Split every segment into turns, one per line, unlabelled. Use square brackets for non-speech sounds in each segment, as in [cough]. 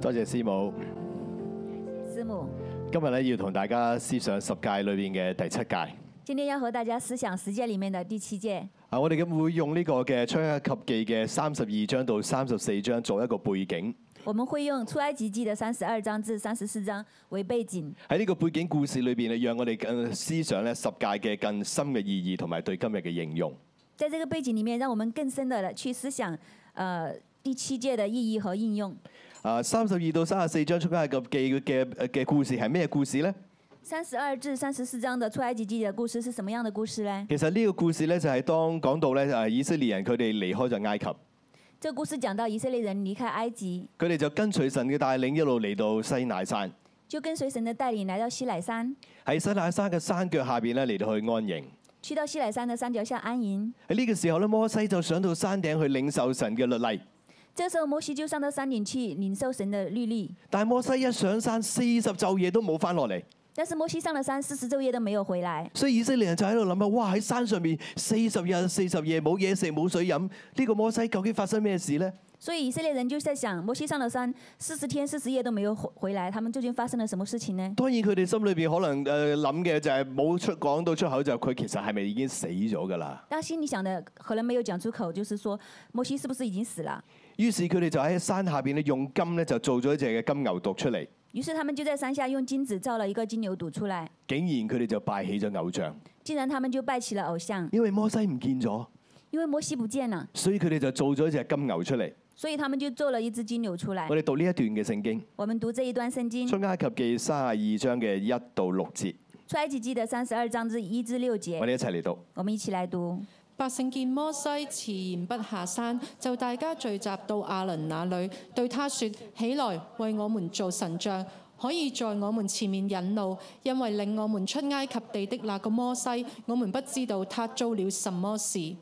多謝師母。
师母，
今日咧要同大家思想十戒裏邊嘅第七戒。
今天要和大家思想十诫里面的第七诫。
啊，我哋咁會用呢個嘅出埃及記嘅三十二章到三十四章做一個背景。
我们会用出埃及记的三十二章至三十四章为背景，
喺呢個背景故事裏邊咧，讓我哋更思想咧十戒嘅更深嘅意義同埋對今日嘅應用。
在这个背景里面，让我们更深的去思想，呃，第七诫的意义和应用。
啊，三十二到三十四章出埃及記嘅嘅故事係咩故事呢？
三十二至三十四章的出埃及记的故事是什么样的故事呢？
其實呢個故事咧就係當講到咧啊以色列人佢哋離開咗埃及，佢
这故事讲到以色列人離開埃及，
哋就跟隨神嘅帶領一路嚟到西乃山。
就跟隨神的带领来到西乃山，
喺西乃山嘅山腳下邊咧嚟到去安營。
去到西乃山的山脚下安营。
喺呢個時候咧，摩西就上到山頂去領受神嘅律例。
这时候摩西就上到山顶去领受神的律例，
但係摩西一上山，四十晝夜都冇翻落嚟，
但是摩西上了山四十晝夜都没有回来，
所以以色列人就喺度諗啊！哇！喺山上面四十日四十夜冇嘢食冇水飲，呢、個摩西究竟發生咩事呢？
所以以色列人就在想，摩西上了山四十天四十夜都没有回回来，他们究竟发生了什么事情呢？
當然佢哋心裏邊可能誒諗嘅就係冇出講到出口，就係佢其實係咪已經死咗㗎啦？
但心里想的可能没有讲出口，就是说摩西是不是已经死了？
於是佢哋就喺山下邊咧用金咧就做咗一隻嘅金牛犢出嚟，
于是他们就在山下用金子造了一个金牛犊出来，
竟然佢哋就拜起咗偶像，
竟然他们就拜起了偶像，
因為摩西唔見咗，
因为摩西不见了，
所以佢哋就做咗一隻金牛出嚟。
所以他们就做了一只金牛出来
我。哋讀呢一段嘅聖經。
我们读这一段圣经，
出埃及記三十二章嘅一到六節，
出埃及记的三十二章之一至六
我
节，
哋一齊嚟讀。
我们一起来读。
百姓見摩西遲延不下山，就大家聚集到亞倫那裏，對他說：起來，為我們做神像，可以在我們前面引路，因為領我們出埃及地的那個摩西，我們不知道他遭了什麼事。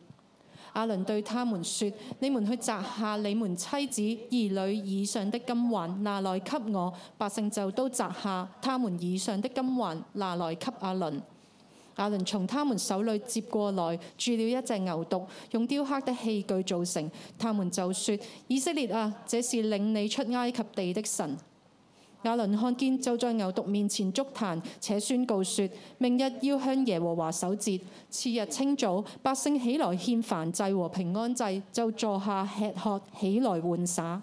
亞倫對他們說：你們去摘下你們妻子、兒女以上的金環，拿來給我。百姓就都摘下他們以上的金環，拿來給亞倫。亞倫從他們手裏接過來，鑄了一隻牛犢，用雕刻的器具做成。他們就說：以色列啊，這是領你出埃及地的神。亞倫看見，就在牛犢面前築壇，且宣告說：明日要向耶和華守節。次日清早，百姓起來獻燔祭和平安祭，就坐下吃喝，起來玩耍。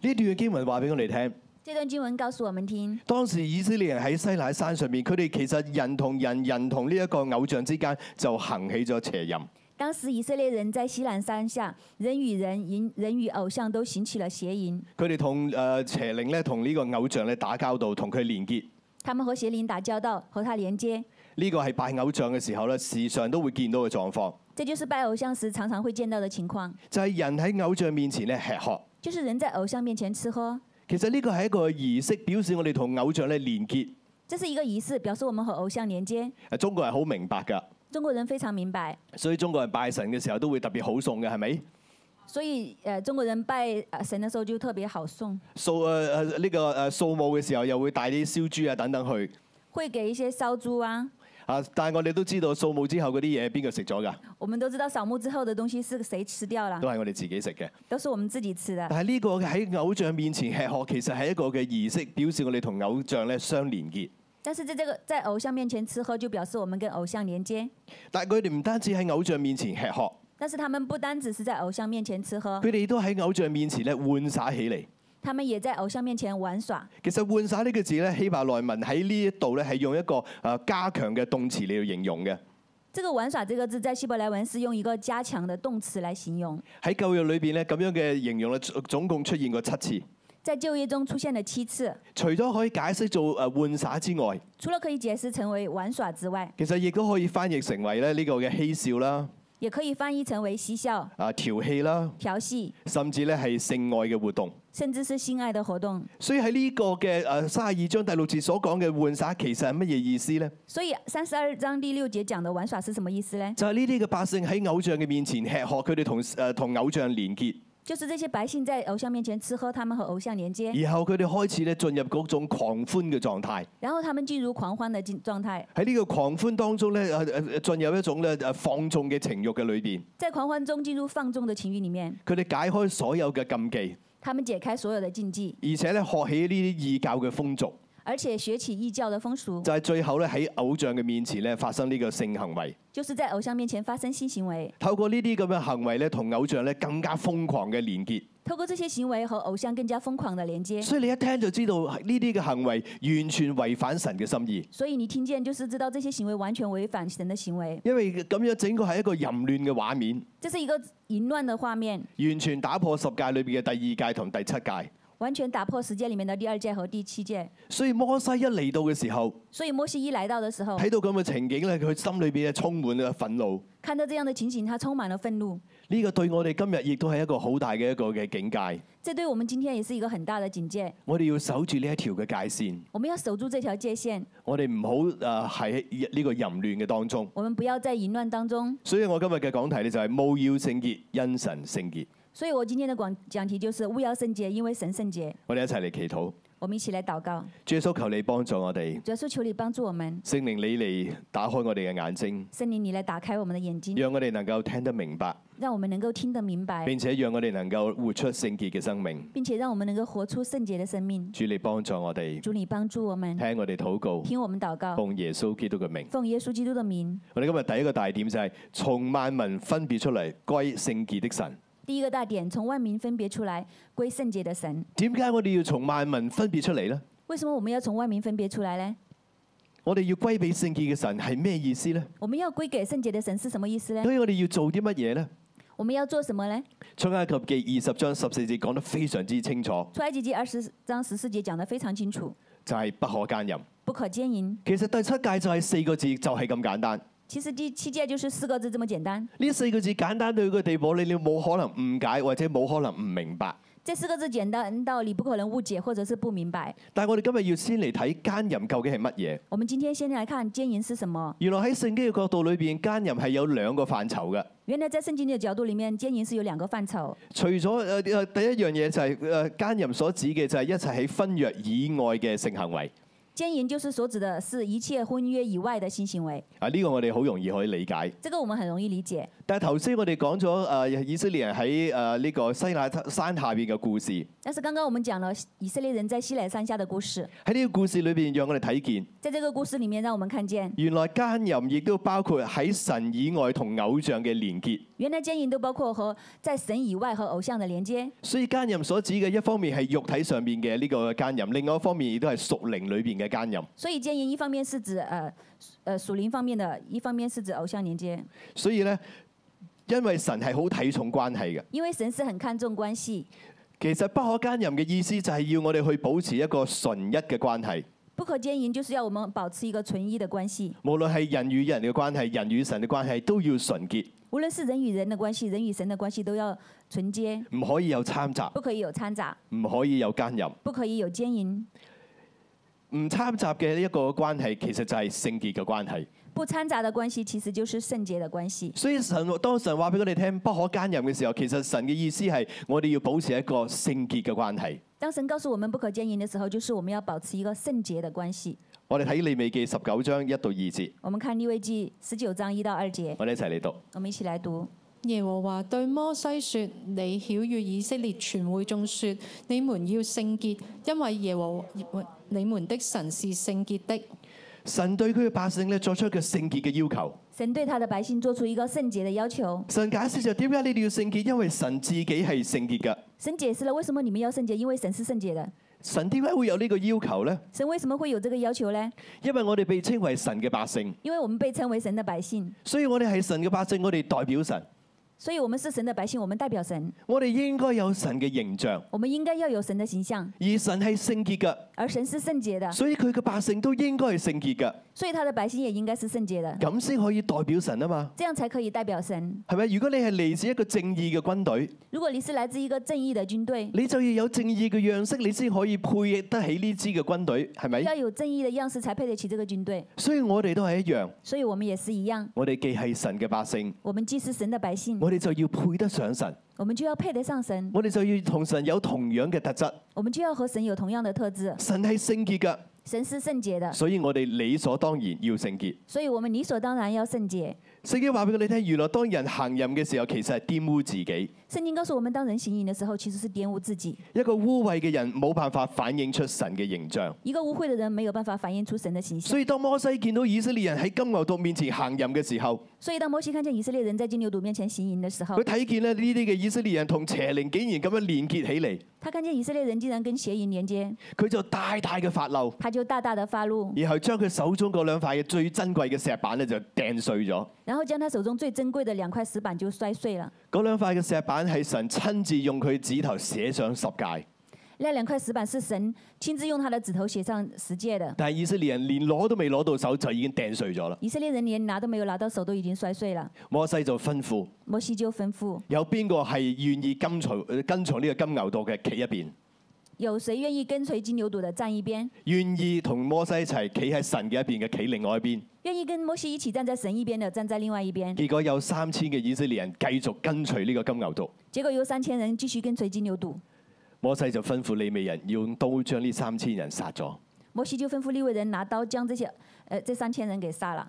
呢段嘅經文話俾我哋聽，
这段经文告诉我们听，
當時以色列人喺西乃山上面，佢哋其實人同人、人同呢一個偶像之間就行起咗邪淫。
当时以色列人在西南山下，人与人、人人与偶像都行起了邪淫，
佢哋同誒邪靈咧，同呢個偶像咧打交道，同佢連結。
他们和邪灵打交道，和他连接，
呢個係拜偶像嘅時候咧，時常都會見到嘅狀況，
这就是拜偶像时常常会见到的情况，
就係、人喺偶像面前咧吃喝。
就是人在偶像面前吃喝，
其實呢個係一個儀式，表示我哋同偶像咧連結。
这是一个儀式，表示我们和偶像连接。
誒，呃中國人好明白㗎，
中国人非常明白，
所以中國人拜神嘅時候都會特別好餸嘅，係咪？
所以呃，中国人拜呃神的时候就特别好送，
掃誒呃誒呢個誒掃墓嘅時候，又會帶啲燒豬啊等等去
会给一些烧猪啊。
啊。但係我哋都知道掃墓之後嗰啲嘢邊個食咗㗎，
我们都知道扫墓之后的东西是谁吃掉了
都，係我哋自己食嘅。
都是我们自己吃的。
但係呢個喺偶像面前吃喝，其實係一個嘅儀式，表示我哋同偶像咧相連結。
但是在这个在偶像面前吃喝，就表示我们跟偶像连接。
但係佢哋唔單止喺偶像面前吃喝，
但是他们不单只是在偶像面前吃喝，
佢哋都喺偶像面前咧玩耍起嚟。
他们也在偶像面前玩耍。
其實玩耍呢個字咧，希伯來文喺呢一度咧係用一個誒加強嘅動詞嚟到形容嘅。
这个“玩耍”这个字在希伯来文是用一个加强的动词来形容，
喺舊約裏邊咧，咁樣嘅形容咧總共出現過七次。
在就业中出现了七次。
除咗可以解釋做誒玩耍之外，
除了可以解释成为玩耍之外，
其實亦都可以翻譯成為咧呢個嘅嬉笑啦、
也可以翻译成为嬉笑、
啊調戲啦，
调戏，
甚至咧係性愛嘅活動。
甚至是性爱的活動。
所以喺呢個嘅誒三十二章第六節所講嘅玩耍，其實係乜嘢意思呢？
所以三十二章第六节讲的玩耍是什么意思呢？
就係呢啲嘅百姓喺偶像嘅面前吃喝，佢哋同誒同偶像連結，
就是这些百姓在偶像面前吃喝，他们和偶像连接，
然後佢哋開始咧進入嗰種狂歡嘅狀態。
然后他们进入狂欢的境状态，
喺呢個狂歡當中咧，誒誒誒進入一種咧誒放縱嘅情慾嘅裏邊，
在狂欢中进入放纵的情欲里面，
佢哋解開所有嘅禁忌，
他们解开所有的禁忌，
而且咧學起呢啲異教嘅風俗，
而且学起异教的风俗，
就係、最後咧喺偶像嘅面前咧發生呢個性行為。
就是在偶像面前发生性行为。
透過呢啲咁嘅行為咧，同偶像咧更加瘋狂嘅連結。
透过这些行为和偶像更加疯狂的连接，
所以你一聽就知道啊呢啲嘅行為完全違反神嘅心意，
所以你听见就是知道這些行為完全違反神的行為，
因為咁樣整個係一個淫亂嘅畫面，
这是一個淫亂的畫面，
完全打破十戒裏邊嘅第二戒同第七戒。
完全打破十戒里面的第二戒和第七戒。
所以摩西一嚟到嘅時候，
所以摩西一來到的时候，
睇到咁嘅情景咧，佢心裏邊咧充滿咗憤怒。
看到這樣的情景，他充滿了憤怒。
呢、個對我哋今日亦都係一個好大嘅一個嘅境界。
这对我們今天也是一個很大的警戒，
我哋要守住呢一條嘅界線，
我們要守住這條界限，
我哋唔好誒喺呢個淫亂嘅當中。
我們不要在淫亂當中。
所以我今日嘅講題咧就係務要聖潔，因神聖潔。
所以我今天的講講題就是勿要聖潔，因為神聖潔。
我哋一齊嚟祈禱，
我們一起來禱告，
主耶穌求你幫助我哋，
主要是求你幫助我們，
聖靈你嚟打開我哋嘅眼睛，
聖靈你來打開我們的眼睛，
讓我哋能夠聽得明白，
讓我們能夠聽得明白，
並且讓我哋能夠活出聖潔嘅生命。
並且讓我們能夠活出聖潔的生命。
主你幫助我哋，
主你幫助我們，
聽我哋禱告，
聽我們禱告，
奉耶穌基督嘅名。
奉耶穌基督的名。
我哋今日第一個大點就係從萬民分別出嚟，歸聖潔的神。
第一個大點，從萬民分別出來，歸聖潔的神。
點解我哋要從萬民分別出嚟呢？
為什麼我們要從萬民分別出來呢？
我哋要歸俾聖潔嘅神係咩意思呢？
我們要歸給聖潔的神是什麼意思呢？
所以我哋要做啲乜嘢呢？
我們要做什麼呢？
出埃及記二十章十四節講得非常之清楚，
出埃及記二十章十四節講得非常清楚，
就係、不可奸淫。
不可奸淫。
其實第七戒就係四個字，就係、咁簡單。
其實第七戒就是四個字這麼簡單。
呢四個字簡單到一個地步，你你冇可能誤解或者冇可能唔明白。
這四個字簡單到你不可能誤解或者是不明白。
但係我哋今日要先嚟睇奸淫究竟係乜嘢。
我們今天先來看奸淫是什麼。
原來喺聖經嘅角度裏邊，奸淫係有兩個範疇嘅。
原來在聖經的角度裡面，奸淫是有兩個範疇。
除咗誒誒第一樣嘢就係、呃奸淫所指嘅就係一切喺婚約以外嘅性行為。
奸淫就是所指的是一切婚約以外的性行為，
啊，呢、個我哋好容易可以理解。
這個我們很容易理解。
但係頭先我哋講咗誒以色列人喺誒呢個西奈山下邊嘅故事，
但是剛剛我們講了以色列人在西乃山下的故事，
喺呢個故事裏邊，讓我哋睇見
在這個故事裡面，讓我們看見
原來奸淫亦都包括喺神以外同偶像嘅連結。
原來奸淫都包括和在神以外和偶像的連接。
所以奸淫所指嘅一方面係肉體上面嘅呢個奸淫，另外一方面亦都係屬靈裏邊嘅奸淫。
所以奸淫一方面是指呃呃属灵方面的，一方面是指偶像连接，
所以呢，因為神係好睇重關係嘅。
因為神是很看重關係。
其實不可奸淫嘅意思就係要我哋去保持一個純一嘅關係，
不可奸淫就是要我們保持一個純一的關係，
無論係人與人嘅關係、人與神嘅關係都要純潔，
無論是人與人的關係、人與神的關係都要純潔，
唔可以有參雜，
不可以有掺雜，
唔可以有奸淫。
不可以有奸淫。
唔參雜嘅一個關係其實就係聖潔嘅關係。
不掺雜的關係其實就是聖潔的關係。
所以神當神話俾我哋聽不可奸淫嘅時候，其實神嘅意思係我哋要保持一個聖潔嘅關係。
當神告訴我們不可奸淫的時候，就是我們要保持一個聖潔的關係。
我哋睇利未記十九章一到二節，
我們看利未記十九章一到二節，
我哋一齊嚟讀。
我們一起來讀。
耶和華對摩西說：你曉喻以色列全會眾說，你們要聖潔，因為耶和你們的神是聖潔的。
神對佢嘅百姓咧作出一個聖潔嘅要求。
神對他的百姓做出一個聖潔的要求。
神解釋就點解你哋要聖潔，因為神自己係聖潔嘅。
神解釋了為什麼你們要聖潔，因為神是聖潔的。
神點解會有呢個要求呢？
神為什麼會有這個要求呢？
因為我哋被稱為神嘅百姓，
因為我們被稱為神的百姓，
所以我哋係神嘅百姓，我哋代表神，
所以我們是神的百姓，我們代表神，
我哋應該有神嘅形象，
我們應該要有神的形象，
而神係聖潔嘅，
而神是聖潔的，
所以佢嘅百姓都應該係聖潔嘅。
所以他的百姓也應該是聖潔的，
咁先可以代表神啊嘛，
這樣才可以代表神。
係咪？如果你係嚟自一個正義嘅軍隊，
如果你是來自一個正義的軍隊，
你就要有正義嘅樣式，你先可以配得起呢支嘅軍隊，係咪？
要有正義的樣式才配得起這個軍隊，
所以我哋都係一樣，
所以我們也是一樣，
我哋既係神嘅百姓，
我們既是神的百姓，
我哋就要配得上神，
我們就要配得上神，
我哋就要同神有同樣嘅特質。
我們就要和神有同樣的特質。
神係聖潔嘅，
神是圣洁的，
所以我哋理所當然要聖潔。
所以我们理所當然要聖潔。
聖經話俾佢哋聽，原來當人行淫嘅時候，其實係玷污自己。
聖經告訴我們，當人行淫的時候，其實是玷污自己。
一個污穢嘅人冇辦法反映出神嘅形象。
一個污秽的人沒有辦法反映出神的形象。
所以當摩西見到以色列人喺金牛犢面前行淫嘅時候，
所以，當摩西看見以色列人在金牛犢面前行淫的時候
佢，睇見咧呢啲嘅以色列人同邪靈竟然咁樣連結起嚟，
他看見以色列人竟然跟邪淫連接，
佢就大大嘅發嬲，
他就大大的發怒，
然後將佢手中嗰兩塊嘅最珍貴嘅石板咧就掟碎咗。
然後將他手中最珍貴的兩塊石板就摔碎了。
嗰兩塊嘅石板係神親自用佢指頭寫上十戒，
那兩塊石板是神親自用他的指頭寫上十戒的。
但係以色列人連攞都未攞到手就已經掟碎咗啦。
以色列人連拿都沒有拿到手，都已經摔碎了。
摩西就吩咐
摩西就吩咐：
有邊個係願意跟隨跟從呢個金牛犢嘅企一邊，
有誰願意跟隨金牛犢的站一邊？
願意同摩西一齊企喺神嘅一邊嘅企另外一邊。
願意跟摩西一起站在神一邊的，站在另外一邊。
結果有三千嘅以色列人繼續跟隨呢個金牛犢。
結果有三千人繼續跟隨金牛犢。
摩西就吩咐利未人要用刀將呢三千人殺咗。
摩西就吩咐利未人拿刀將這些，呃，这三千人給殺了。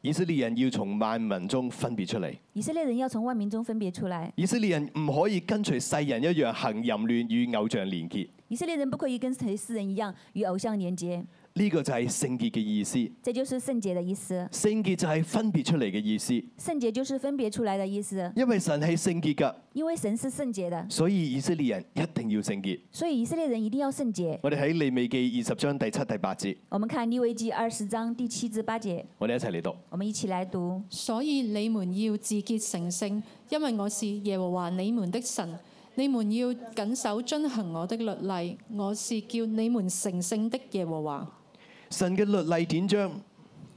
以色列人要從萬民中分別出嚟。
以色列人要從萬民中分別出來。
以色列人唔可以跟隨世人一樣行淫亂與偶像連結。
以色列人不可以跟隨世人一樣與偶像連接，
呢、個就係聖潔嘅意思。
這就是聖潔的意思。
聖潔就係分別出嚟嘅意思，
聖潔就是分別出來的意思，
因為神係聖潔㗎，
因為神是聖潔的，
所以以色列人一定要聖潔。
所以以色列人一定要聖潔。
我哋喺利未記二十章第七、第八節，
我們看利未记二十章第七至八節，
我哋一齊嚟讀。
我們一起來讀。
所以你們要自潔成聖，因為我是耶和華你們的神。你們要謹守遵行我的律例，我是叫你們成聖的耶和華。
神嘅律例典章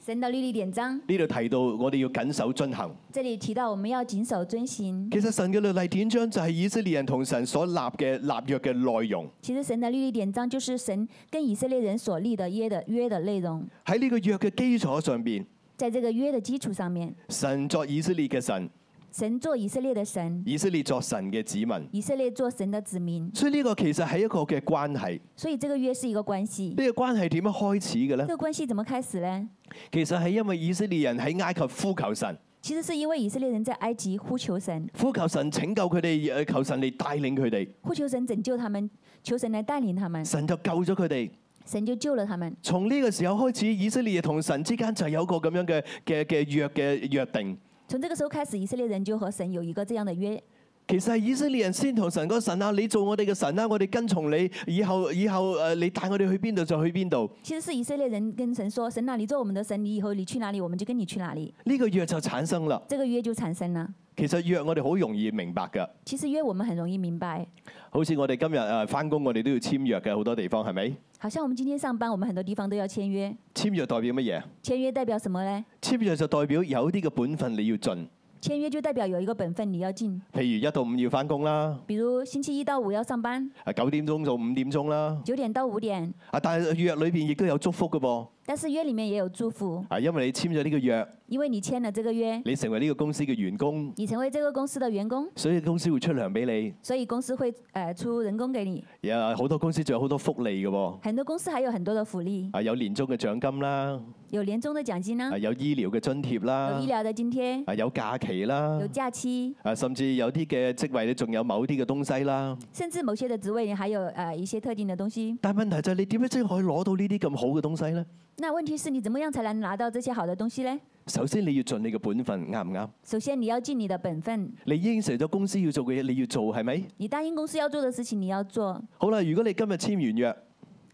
神的律例典章，
呢度提到，我哋要緊守遵行。
這裡提到我們要謹守遵行。
其實神嘅律例典章就係以色列人同神所立嘅立約嘅內容。
其實神的律例典章就是神跟以色列人所立的約的約的内容，
喺呢個約嘅基礎上邊，
在這個約的基礎上面，
神作以色列嘅神，
神做以色列的神，
以色列作神嘅子民。
以色列做神的子民，
所以呢個其實係一個嘅關係。
所以這個約是一個關係。
呢、個關係點樣開始嘅呢？
這個關係怎麼開始呢？
其實係因為以色列人喺埃及呼求神，
其實是因為以色列人在埃及呼求神，
呼求神拯救佢哋，呃求神嚟帶領佢哋，
呼求神拯救他們，求神來帶領他們，
神就救咗佢哋。
神就救了他們。
從呢個時候開始，以色列同神之間就有一個咁樣嘅嘅嘅約嘅約定。
從這個時候開始，以色列人就和神有一個這樣的約。
其實係以色列人先同神講神啊，你做我哋嘅神啦，我哋跟從你，以後以後誒、呃你帶我哋去邊度就去邊度。
其實是以色列人跟神說：“神啊，你做我們的神，你以後你去哪裡，我們就跟你去哪裡。
呢、個約就產生啦”。
這個約就產生了。
其實約我哋好容易明白㗎，
其實約我們很容易明白，
好似我哋今日誒翻工，我哋都要簽約嘅，好多地方係咪？
好像我們今天上班，我們很多地方都要簽約。
簽約代表乜嘢？
簽約代表什麼呢？
簽約就代表有啲嘅本分你要盡，
簽約就代表有一個本分你要盡，
譬如一到五要翻工啦，
比如星期一到五要上班，
啊九點鐘到五點鐘啦。
九點到五點。
啊，但係約裏邊亦都有祝福嘅噃，
但是約裡面也有祝福，
啊，因為你簽咗呢個約，
因為你簽了這個約，
你成為呢個公司嘅員工，
你成為這個公司的員工，
所以公司會出糧俾你。
所以公司會呃出人工給你。
有好多公司仲有好多福利嘅喎，
很多公司還有很多的福利，
啊，有年終嘅獎金啦，
有年終的獎金呢
啊，，有醫療嘅津貼
有
啦
醫，療的津貼，
啊，有假期啦
有，假期，
啊，甚至有啲嘅職位你仲有某啲嘅東西啦。
甚至某些的職位你還有呃一些特定的東西。
但係問題就係你點樣先可以攞到呢啲咁好嘅東西呢？
那問題是你怎麼樣才能拿到這些好的東西嘞？
首先你要盡你嘅本分，啱唔啱？
首先你要盡你的本分，
你應承咗公司要做嘅嘢，你要做係咪？
你答應公司要做的事情你要做。
好啦，如果你今日簽完約，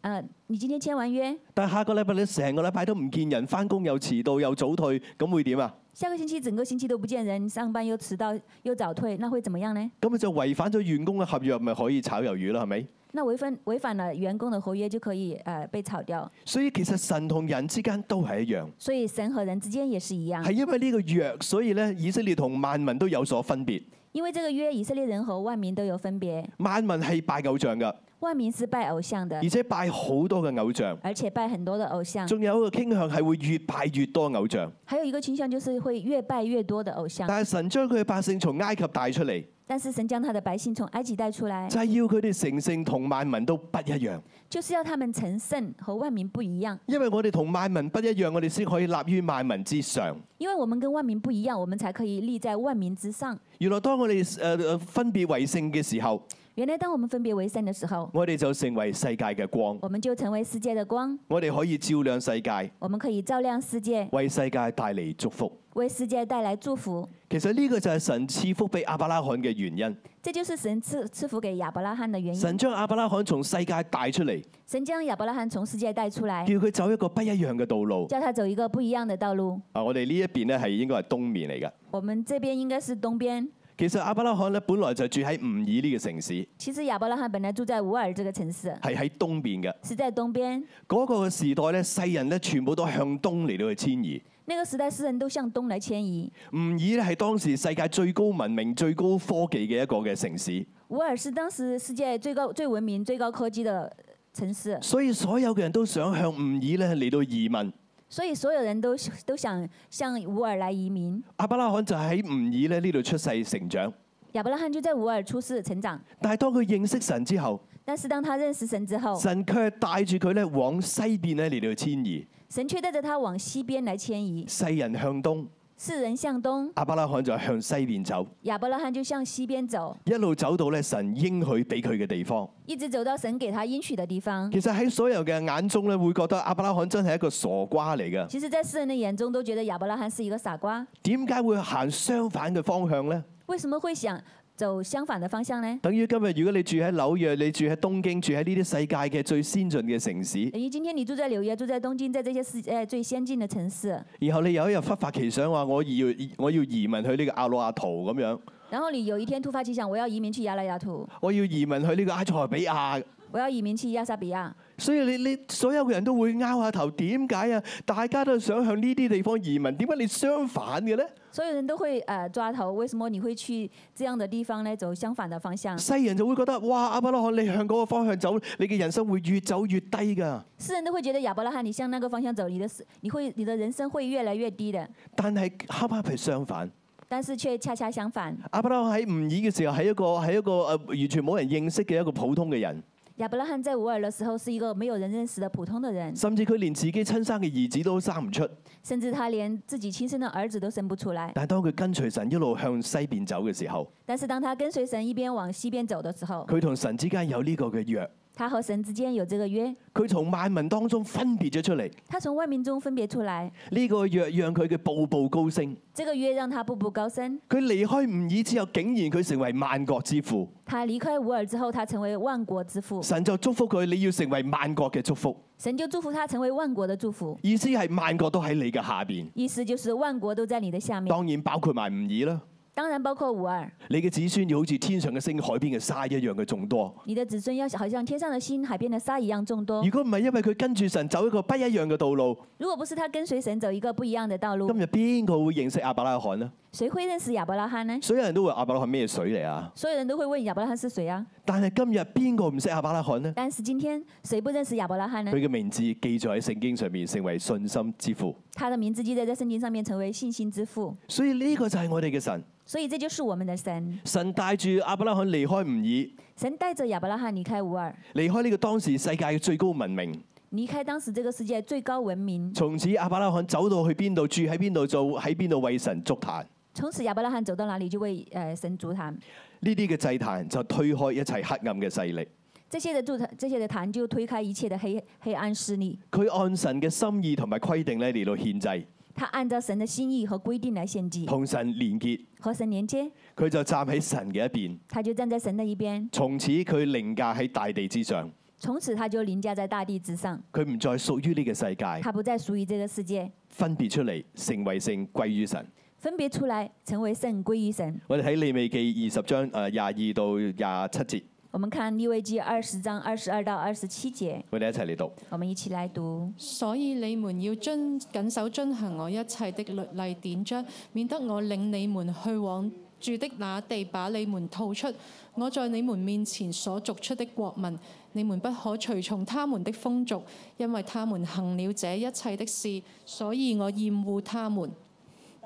呃，你今天簽完約，
但下個禮拜你成個禮拜都唔見人，翻工又遲到又早退，咁會點啊？
下個星期整個星期都不見人，上班又遲到又早退，那會怎麼樣呢？
咁你就違反咗員工嘅合約，咪可以炒魷魚啦，係咪？
那違反違反了員工的合約就可以呃被炒掉。
所以其實神同人之間都係一樣，
所以神和人之間也是一樣
係，因為呢個約，所以咧以色列同萬民都有所分別。
因為這個約，以色列人和萬民都有分別，
萬民係拜偶像㗎，
萬民是拜偶像的
而，且拜好多嘅偶像，
而且拜很多的偶像。
仲有一個傾向係會越拜越多偶像。
還有一個傾向就是會越拜越多的偶像，
但係神將佢嘅百姓從埃及帶出嚟，
但是神将他的百姓从埃及带出来，
就係要佢哋成聖同萬民都不一樣。
就是要他们成圣和万民不一样。
因為我哋同萬民不一樣，我哋先可以立於萬民之上。
因为我们跟万民不一样，我们才可以立在万民之上。
原來當我哋誒分別為聖嘅時候，
原来当我们分别为圣的时候，
我哋就成為世界嘅光，
我们就成为世界的光，
我哋可以照亮世界，
我们可以照亮世界，
為世界帶嚟祝福。
为世界带来祝福。
其實呢個就係神賜福俾亞伯拉罕嘅原因。
这就是神赐赐福给亚伯拉罕的原因。
神將亞伯拉罕從世界帶出嚟，
神将亚伯拉罕从世界带出来，
叫佢走一個不一樣嘅道路。
叫他走一个不一样的道路。
啊，我哋呢一邊咧係應該係東面嚟嘅。
我们这边应该是东边。
其實亞伯拉罕咧本來就住喺吾爾呢個城市，
其实亚伯拉罕本来住在乌尔这个城市，
係喺東邊嘅。
是在东边。
嗰、個時代咧，世人咧全部都向東嚟到去遷移。
那个时代，世人都向东来迁移。
吾爾咧係當時世界最高文明、最高科技嘅一個嘅城市，
乌尔是当时世界最高、最文明、最高科技的呃城市，
所以所有嘅人都想向吾爾咧嚟到移民。
所以所有人都都想向乌尔来移民。
亞伯拉罕就喺吾爾咧呢度出世成長，
亚伯拉罕就在乌尔出世成长，
但係當佢認識神之後，
但是当他认识神之后，
神卻帶住佢咧往西邊咧嚟到遷移。
神却带着他往西边来迁移。
世人向東，
世人向东，
亞伯拉罕就向西邊走，
亚伯拉罕就向西边走，
一路走到咧神應許俾佢嘅地方。
一直走到神给他应许的地方。
其實喺所有嘅眼中咧，會覺得亞伯拉罕真係一個傻瓜嚟嘅。
其实，在世人的眼中都觉得亚伯拉罕是一个傻瓜，
點解會行相反嘅方向呢？
为什么会想走相反的方向呢？
等於今日，如果你住喺紐約，你住喺東京，住喺呢啲世界嘅最先進嘅城市，
等于今天你住在纽约，住在东京，在这些世界最先进的城市，
然後你有一日忽發奇想話我要我要移民去呢個阿魯阿圖咁樣，
然后你有一天突发奇想，我要移民去亚拉雅图，
我要移民去呢個埃塞俄比亞。
我要移民去亚沙比亚。
所以你你所有嘅人都會拗下頭，點解啊？大家都想向呢啲地方移民，點解你相反嘅呢？
所有人都会呃抓头，为什么你会去这样的地方呢？走相反的方向，
世人就會覺得哇，亞伯拉罕你向嗰個方向走，你嘅人生會越走越低㗎。
世人都会觉得亚伯拉罕，你向那个方向走，你的死你会你的人生会越来越低的。
但係恰恰係相反。
但是却恰恰相反，
阿伯拉罕喺吾爾嘅時候係一個係一個誒、呃完全冇人認識嘅一個普通嘅人，
亚伯拉罕在乌尔的时候是一个没有人认识的普通的人，
甚至佢連自己親生嘅兒子都生唔出。
甚至他連自己亲生的儿子都生不出来。
但係當佢跟隨神一路向西邊走嘅時候，
但是当他跟随神一边往西边走的时候，
佢同神之間有呢個嘅約，
他和神之間有这个约，
佢從萬民當中分別咗出嚟。
他從万民中分别出来，
呢、個約讓佢嘅步步高升。
这个约让他步步高升。
佢離開吾爾之後，竟然佢成為萬國之父。
他离开乌尔之后，他成为万国之父，
神就祝福佢，你要成為萬國嘅祝福，
神就祝福他成为万国的祝福。
意思係萬國都喺你嘅下邊，
意思就是万国都在你的下面，
當然包括埋吾爾啦。
当然包括乌尔。
你嘅子孫要好似天上嘅星、海邊嘅沙一樣嘅眾多。
你的子孙要好像天上的星、海边的沙一样众多
如。果唔係因為佢跟住神走一個不一樣嘅道路，
如果不是他跟随神走一个不一样的道
今
路，
日邊個會認識亞伯拉罕呢？
谁会认识亚伯拉罕呢？
所有人都話亞伯拉罕咩水嚟啊？
所有人都会问亚伯拉罕是谁啊？
但係今日邊個唔識亞伯拉罕呢？
但是今天谁不认识亚伯拉罕呢
佢？嘅名字記載喺聖經上面，成為信心之父。
他的名字记载在圣经上面，成为信心之父。
所以呢個就係我哋嘅神。
所以这就是我们的神。
神帶住亞伯拉罕離開吾
神带着亚伯拉罕离开乌尔，
爾，離開呢個當時世界嘅最高文明。
离开当时这个世界最高文明。
從此亞伯拉罕走到去邊度，住喺邊度，做喺邊度為神築壇。
从此亚伯拉罕走到哪里就为呃神足坛，
呢啲嘅祭壇就推開一切黑暗嘅勢力。
这些的足坛，这些的坛就推开一切的黑黑暗势力。
佢按神嘅心意同埋規定咧嚟到獻祭，
他按照神的心意和规定来献祭，
同神連結。
和神连接，
佢就站喺神嘅一邊，
他就站在神的一边。
從此佢凌駕喺大地之上，
从此他就凌驾在大地之上，
佢唔再屬於呢個世界，
他不再属于这个世界，
分別出嚟，成為聖歸於神。
分别出来成为圣归于神。
我哋睇利未記二十章誒廿二到廿七節，
我们看利未记二十章二十二到二十七节，
我哋一齊嚟讀。
我们一起来读。
所以你們要遵緊守遵行我一切的律例典章，免得我領你們去往住的那地，把你們吐出。我在你們面前所逐出的國民，你們不可隨從他們的風俗，因為他們行了這一切的事，所以我厭惡他們。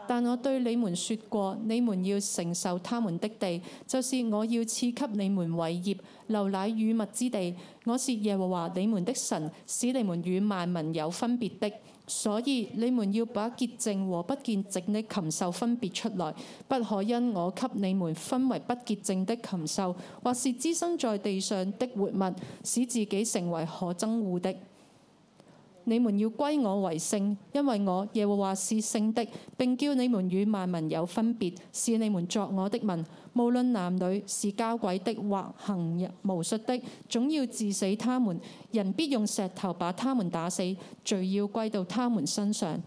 但我對你們說過，你們要承受他們的地，就是我要賜給你們為業，流奶與蜜之地。我是耶和華你們的神，使你們與萬民有分別的。所以你們要把潔淨和不潔淨的禽獸分別出來，不可因我給你們分為不潔淨的禽獸，或是滋生在地上的活物，使自己成為可憎惡的。你們要歸我為聖，因為我耶和華是聖的，並叫你們與萬民有分別，使你們作我的民。無論男女，是交鬼的或行巫術的，總要治死他們。人必用石頭把他們打死，罪要歸到他們身上。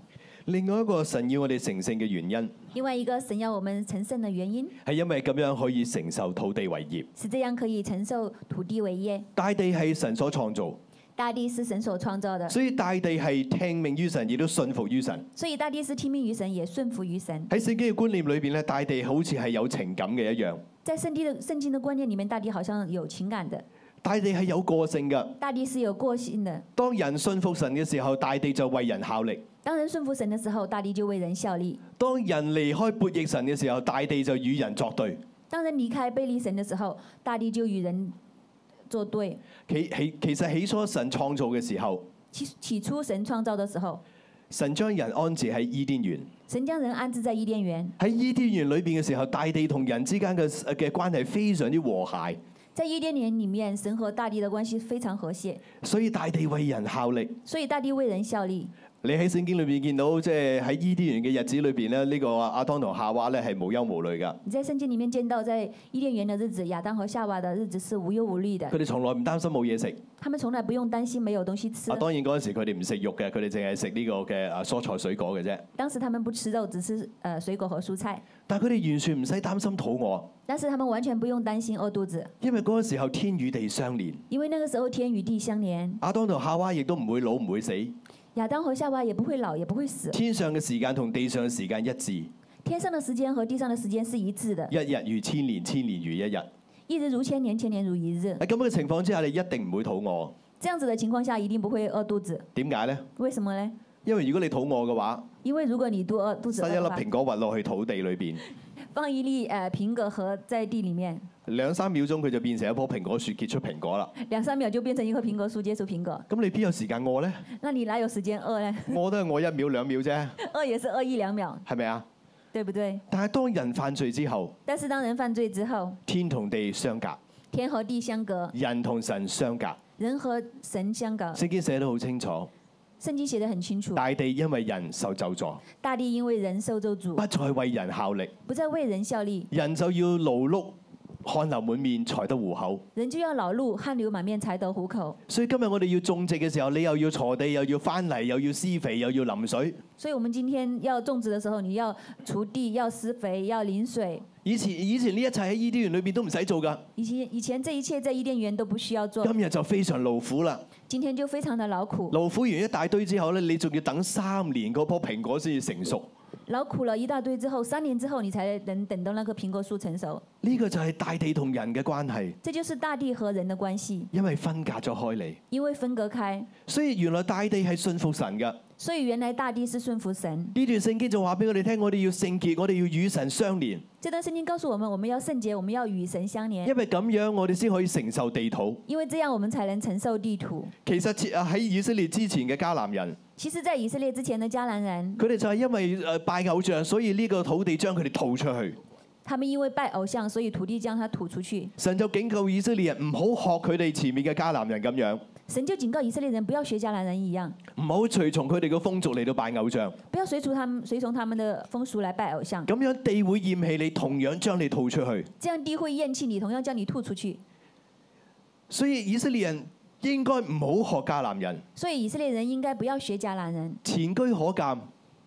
另外一個神要我哋成聖嘅原因，
另外一个神要我们成圣的原因，
係因為咁樣可以承受土地為業。
是这样可以承受土地为业。
大地係神所創造，
大地是神所创造的，
所以大地係聽命於神，亦都信服於神。
所以大地是听命于神，也顺服于神。
喺聖經嘅觀念裏邊咧，大地好似係有情感嘅一樣，
在圣地的圣经的观念里面，大地好像有情感的，
大地係有個性嘅。
大地是有个性的。
當人信服神嘅時候，大地就為人效力；
当人顺服神的时候，大地就为人效力；
當人離開悖逆神嘅時候，大地就與人作對。
当人离开背离神的时候，大地就与人作对。
其起其實起初神創造嘅時候，
起起初神创造的时候，
神將人安置喺伊甸園。
神将人安置在伊甸园，
喺伊甸園裏邊嘅時候，大地同人之間嘅呃嘅關係非常之和諧，
在伊甸园里面，神和大地的关系非常和谐，
所以大地為人效力。
所以大地为人效力。
你喺聖經裏邊見到，即係喺伊甸園嘅日子裏邊咧，呢、個亞當同夏娃咧係無憂無慮㗎，
你在圣经里面见到，在伊甸园的日子，亚当和夏娃的日子是无忧无虑的
佢，哋從來唔擔心冇嘢食。
他们从来不用担心没有东西吃
啊，。當然嗰陣時佢哋唔食肉嘅，佢哋淨係食呢個嘅啊蔬菜水果嘅啫。
当时他们不吃肉，只吃呃水果和蔬菜，
但係佢哋完全唔使擔心肚餓，
但是他們完全不用担心饿肚子，
因為嗰個時候天與地相連，
因为那个时候天与地相连，
亞當同夏娃亦都唔會老唔會死，
亚当和夏娃也不会老，也不会死。
天上嘅時間同地上嘅時間一致，
天上的时间和地上的时间是一致的，
一日如千年，千年如一日。
一日如千年，千年如一日。
喺咁嘅情況之下，你一定唔會肚餓。
这样子的情况下，一定不会饿肚子。
點解呢？
为什么呢？
因為如果你肚餓嘅話，
因为如果你肚饿肚子
塞
饿
一粒
的话，
蘋果核落去土地裏邊，
放一粒呃苹果核在地里面，
兩三秒鐘佢就變成一棵蘋果樹，結出蘋果啦。
两三秒就變成一棵蘋果樹結出蘋果，
咁你邊有時間餓呢？
那你哪有时间饿呢？ [laughs]
餓都係餓一秒兩秒啫，
饿也是饿一两秒，
係咪啊？
对不对？
但係當人犯罪之後，
但是当人犯罪之后，
天同地相隔，
天和地相隔，
人同神相隔。
人和神相隔。
聖經寫得好清楚，
圣经写得很清楚，
大地因為人受咒詛，
大地因为人受咒诅
不，再為人效力，
不再为人效力，
人就要勞碌，汗流滿面才得糊口。
人就要劳碌，汗流满面才得糊口。
所以今日我哋要種植嘅時候，你又要鋤地，又要翻泥，又要施肥，又要淋水。
所以我们今天要种植的时候，你要锄地，要施肥，要淋水。
以前以前呢一切喺伊甸園裏邊都唔使做㗎，
以前以前这一切在伊甸园都不需要做，
今日就非常勞苦啦。
今天就非常的劳苦，
勞苦完一大堆之後咧，你仲要等三年嗰棵蘋果先至成熟。
劳苦了一大堆之后，三年之后你才能等到那棵苹果树成熟。
呢、個就係大地同人嘅關係，
这就是大地和人的关系，
因為分隔咗開嚟。
因为分隔开，
所以原來大地係信服神㗎。
所以原来大地是顺服神。
呢段聖經就話俾我哋聽，我哋要聖潔，我哋要與神相連，
这段圣经告诉我們，我们要圣洁，我们要与神相连
因，為咁樣我哋先可以承受地土。
因为这样我们才能承受地土。
其實設喺以色列之前嘅迦南人，
其實，在以色列之前的迦南人，
佢哋就係因為誒拜偶像，所以呢個土地將佢哋吐出去。
他们因为拜偶像，所以土地将他吐出去。
神就警告以色列人唔好學佢哋前面嘅迦南人咁樣，
神就警告以色列人不要學迦南人一樣，
唔好隨從佢哋嘅風俗嚟到拜偶像，
不要隨從他們隨從他們的風俗來拜偶像，
咁樣地會厭棄你，同樣將你吐出去。
這樣地會厭棄你，同樣將你吐出去。
所以以色列人應該唔好學迦南人，
所以以色列人應該不要學迦南人。
前居可鑑。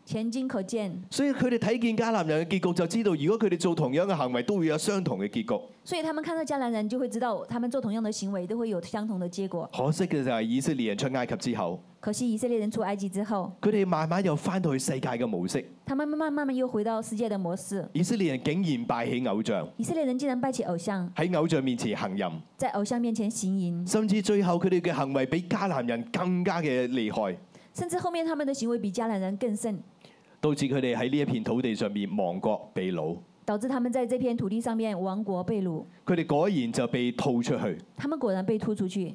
前經可見，
所以佢哋睇見迦南人嘅結局，就知道如果佢哋做同樣嘅行為，都會有相同嘅結局。
所以他們看到迦南人就會知道，他們做同樣的行為都會有相同的結果。
可惜嘅就係以色列人出埃及之後，
可惜以色列人出埃及之後，
佢哋慢慢又翻到去世界嘅模式。
他們慢慢慢慢又回到世界的模式。
以色列人竟然拜起偶像，
以色列人竟然拜起偶像，
喺偶像面前行淫，
在偶像面前行淫，
甚至最後佢哋嘅行為比迦南人更加嘅厲害。
甚至後面他們的行為比迦南人更甚。
導致佢哋喺呢一片土地上面亡國被擄。
导致他们在这片土地上面亡国被掳，
佢哋果然就被吐出去。
他们果然被拖出去。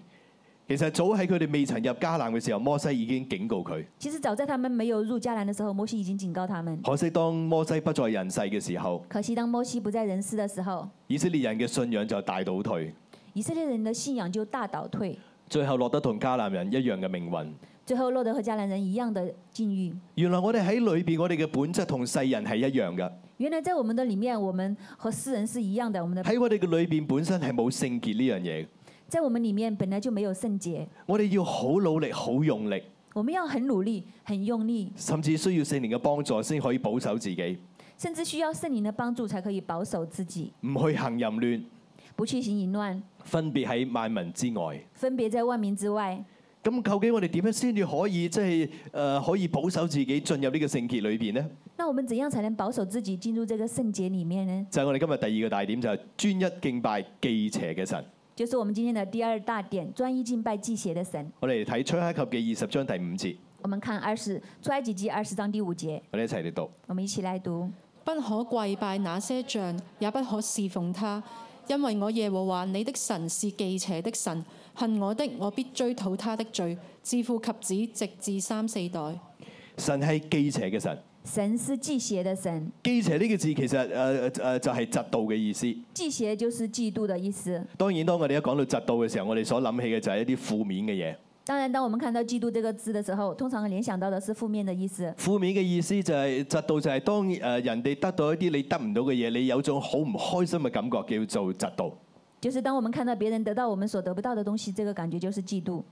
其實早喺佢哋未曾入迦南嘅時候，摩西已經警告佢。
其实早在他们没有入迦南的时候，摩西已经警告他们。
可惜當摩西不在人世嘅時候，
可惜当摩西不在人世的时候，
以色列人嘅信仰就大倒退，
以色列人的信仰就大倒退，
最後落得同迦南人一樣嘅命運。
最后落得和迦南人一样的境遇。
原來我哋喺裏邊，我哋嘅本質同世人係一樣嘅。
原来在我们的里面，我们和世人是一样的，我们的
喺我哋嘅裏邊本身係冇聖潔呢樣嘢。
在我们里面本来就没有圣洁，
我哋要好努力、好用力，
我们要很努力、很用力，
甚至需要聖靈嘅幫助先可以保守自己，
甚至需要圣灵的帮助才可以保守自己，
唔去行淫亂，
不去行淫乱，
分別喺萬民之外。
分别在万民之外。
咁究竟我哋點樣先至可以即係誒可以保守自己進入呢個聖潔裏邊呢？
那我们怎样才能保守自己进入这个圣洁里面呢？
就係、我哋今日第二個大點，就係、專一敬拜忌邪嘅神。
就是我们今天的第二大点：专一敬拜祭邪的神。
我哋嚟睇出埃及嘅二十章第五節，
我们看二十出埃及记二十章第五节，
我哋一齊嚟讀。
我们一起来读。
不可跪拜那些像，也不可侍奉他，因為我耶和華你的神是忌邪的神，恨我的，我必追討他的罪，自父及子，直至三四代。
神係忌邪嘅神，
神是祭邪的神，
忌邪呢個字其實誒誒就係嫉妒嘅意思。
祭邪就是嫉妒的意思。
當然，當我哋一講到嫉妒嘅時候，我哋所諗起嘅就係一啲負面嘅嘢。
当然，当我们看到嫉妒这个字的时候，通常联想到的是负面的意思。
負面嘅意思就係、嫉妒，就係當誒人哋得到一啲你得唔到嘅嘢，你有種好唔開心嘅感覺，叫做嫉妒。
就是当我们看到别人得到我们所得不到的东西，这个感觉就是嫉妒。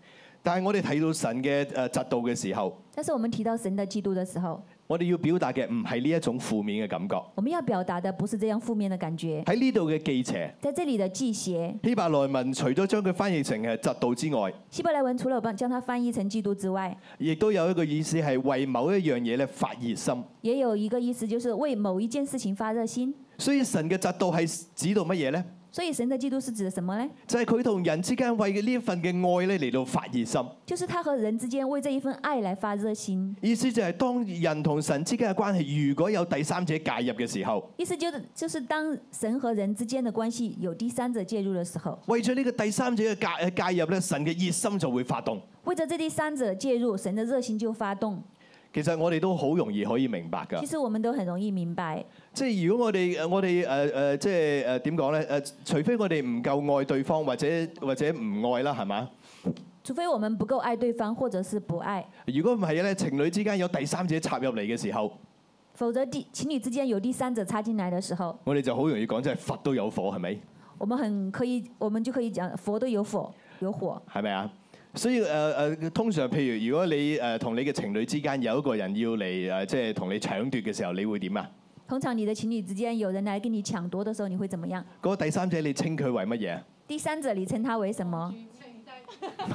但係我哋睇到神嘅誒嫉妒嘅時候，
但是我们提到神的嫉妒的时候，
我哋要表達嘅唔係呢一種負面嘅感覺。
我们要表达的不是这样负面的感觉。
喺呢度嘅忌邪，
在这里的祭邪，
希伯來文除咗將佢翻譯成係嫉妒之外，
希伯来文除了把将它翻译成嫉妒之外，
亦都有一個意思係為某一樣嘢咧發熱心。
也有一个意思就是为某一件事情发热心。
所以神嘅嫉妒係指到乜嘢呢？
所以神的嫉妒是指的什么呢？
就係佢同人之間為呢一份嘅愛咧嚟到發熱心。
就是他和人之间为这一份爱来发热心。
意思就係當人同神之間嘅關係，如果有第三者介入嘅時候，
意思就是，就是当神和人之间的关系有第三者介入的时候，
為咗呢個第三者嘅介介入咧，神嘅熱心就會發動。
为着这第三者介入，神的热心就发动。
其實我哋都好容易可以明白
其
㗎，
实我们都很容易明白，
即係如果我哋呃誒我哋誒誒即係誒點講咧誒，除非我哋唔夠愛對方或者或者唔愛啦，係嘛？
除非我们不够爱对方，或者是不愛，
如果唔係咧，情侶之間有第三者插入嚟嘅時候，
否则第情侣之间有第三者插进来的时候，
我哋就好容易講，即係佛都有火，係咪？
我们很可以，我们就可以讲佛都有火，有火。
係咪啊？所以誒誒、呃通常譬如如果你誒同、你嘅情侶之間有一個人要嚟誒、呃即係同你搶奪嘅時候，你會點啊？
通常你的情侣之间有人来跟你搶奪的時候，你会怎么样？
嗰、個第三者你稱佢為乜嘢 [laughs]
第三者，你称他为什么？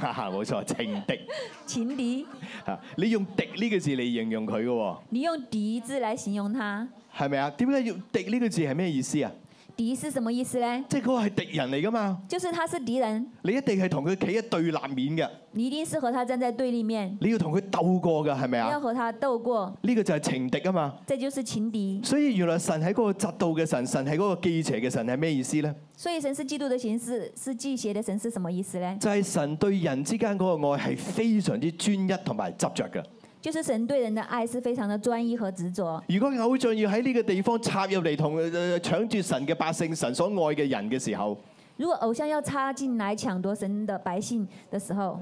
啊？冇錯，情敵
情敌。
嚇、啊你用敵呢個字嚟形容佢嘅喎，
你用敌字來形容他，
係咪啊？點解用敵呢個字係咩意思啊？
敌是什么意思呢？
即係嗰個係敵人嚟噶嘛？
就是他是敌人，
你一定係同佢企喺對立面嘅，
你一定是和他站在對立面，
你要同佢鬥過㗎，係咪
你要
啊？
和他鬥過，
呢、個就係情敵啊嘛。
这就是情敌。
所以原來神係嗰個嫉妒嘅神，神係嗰個忌邪嘅神係咩意思呢？
所以神是嫉妒的神是是忌邪的神是什么意思呢？
就係神對人之間嗰個愛係非常之專一同埋執着嘅。
就是神對人的愛是非常的專一和執着。
如果偶像要喺呢個地方插入嚟同呃搶奪神嘅百姓、神所愛嘅人嘅時候，
如果偶像要插進來搶奪神的百姓的時候，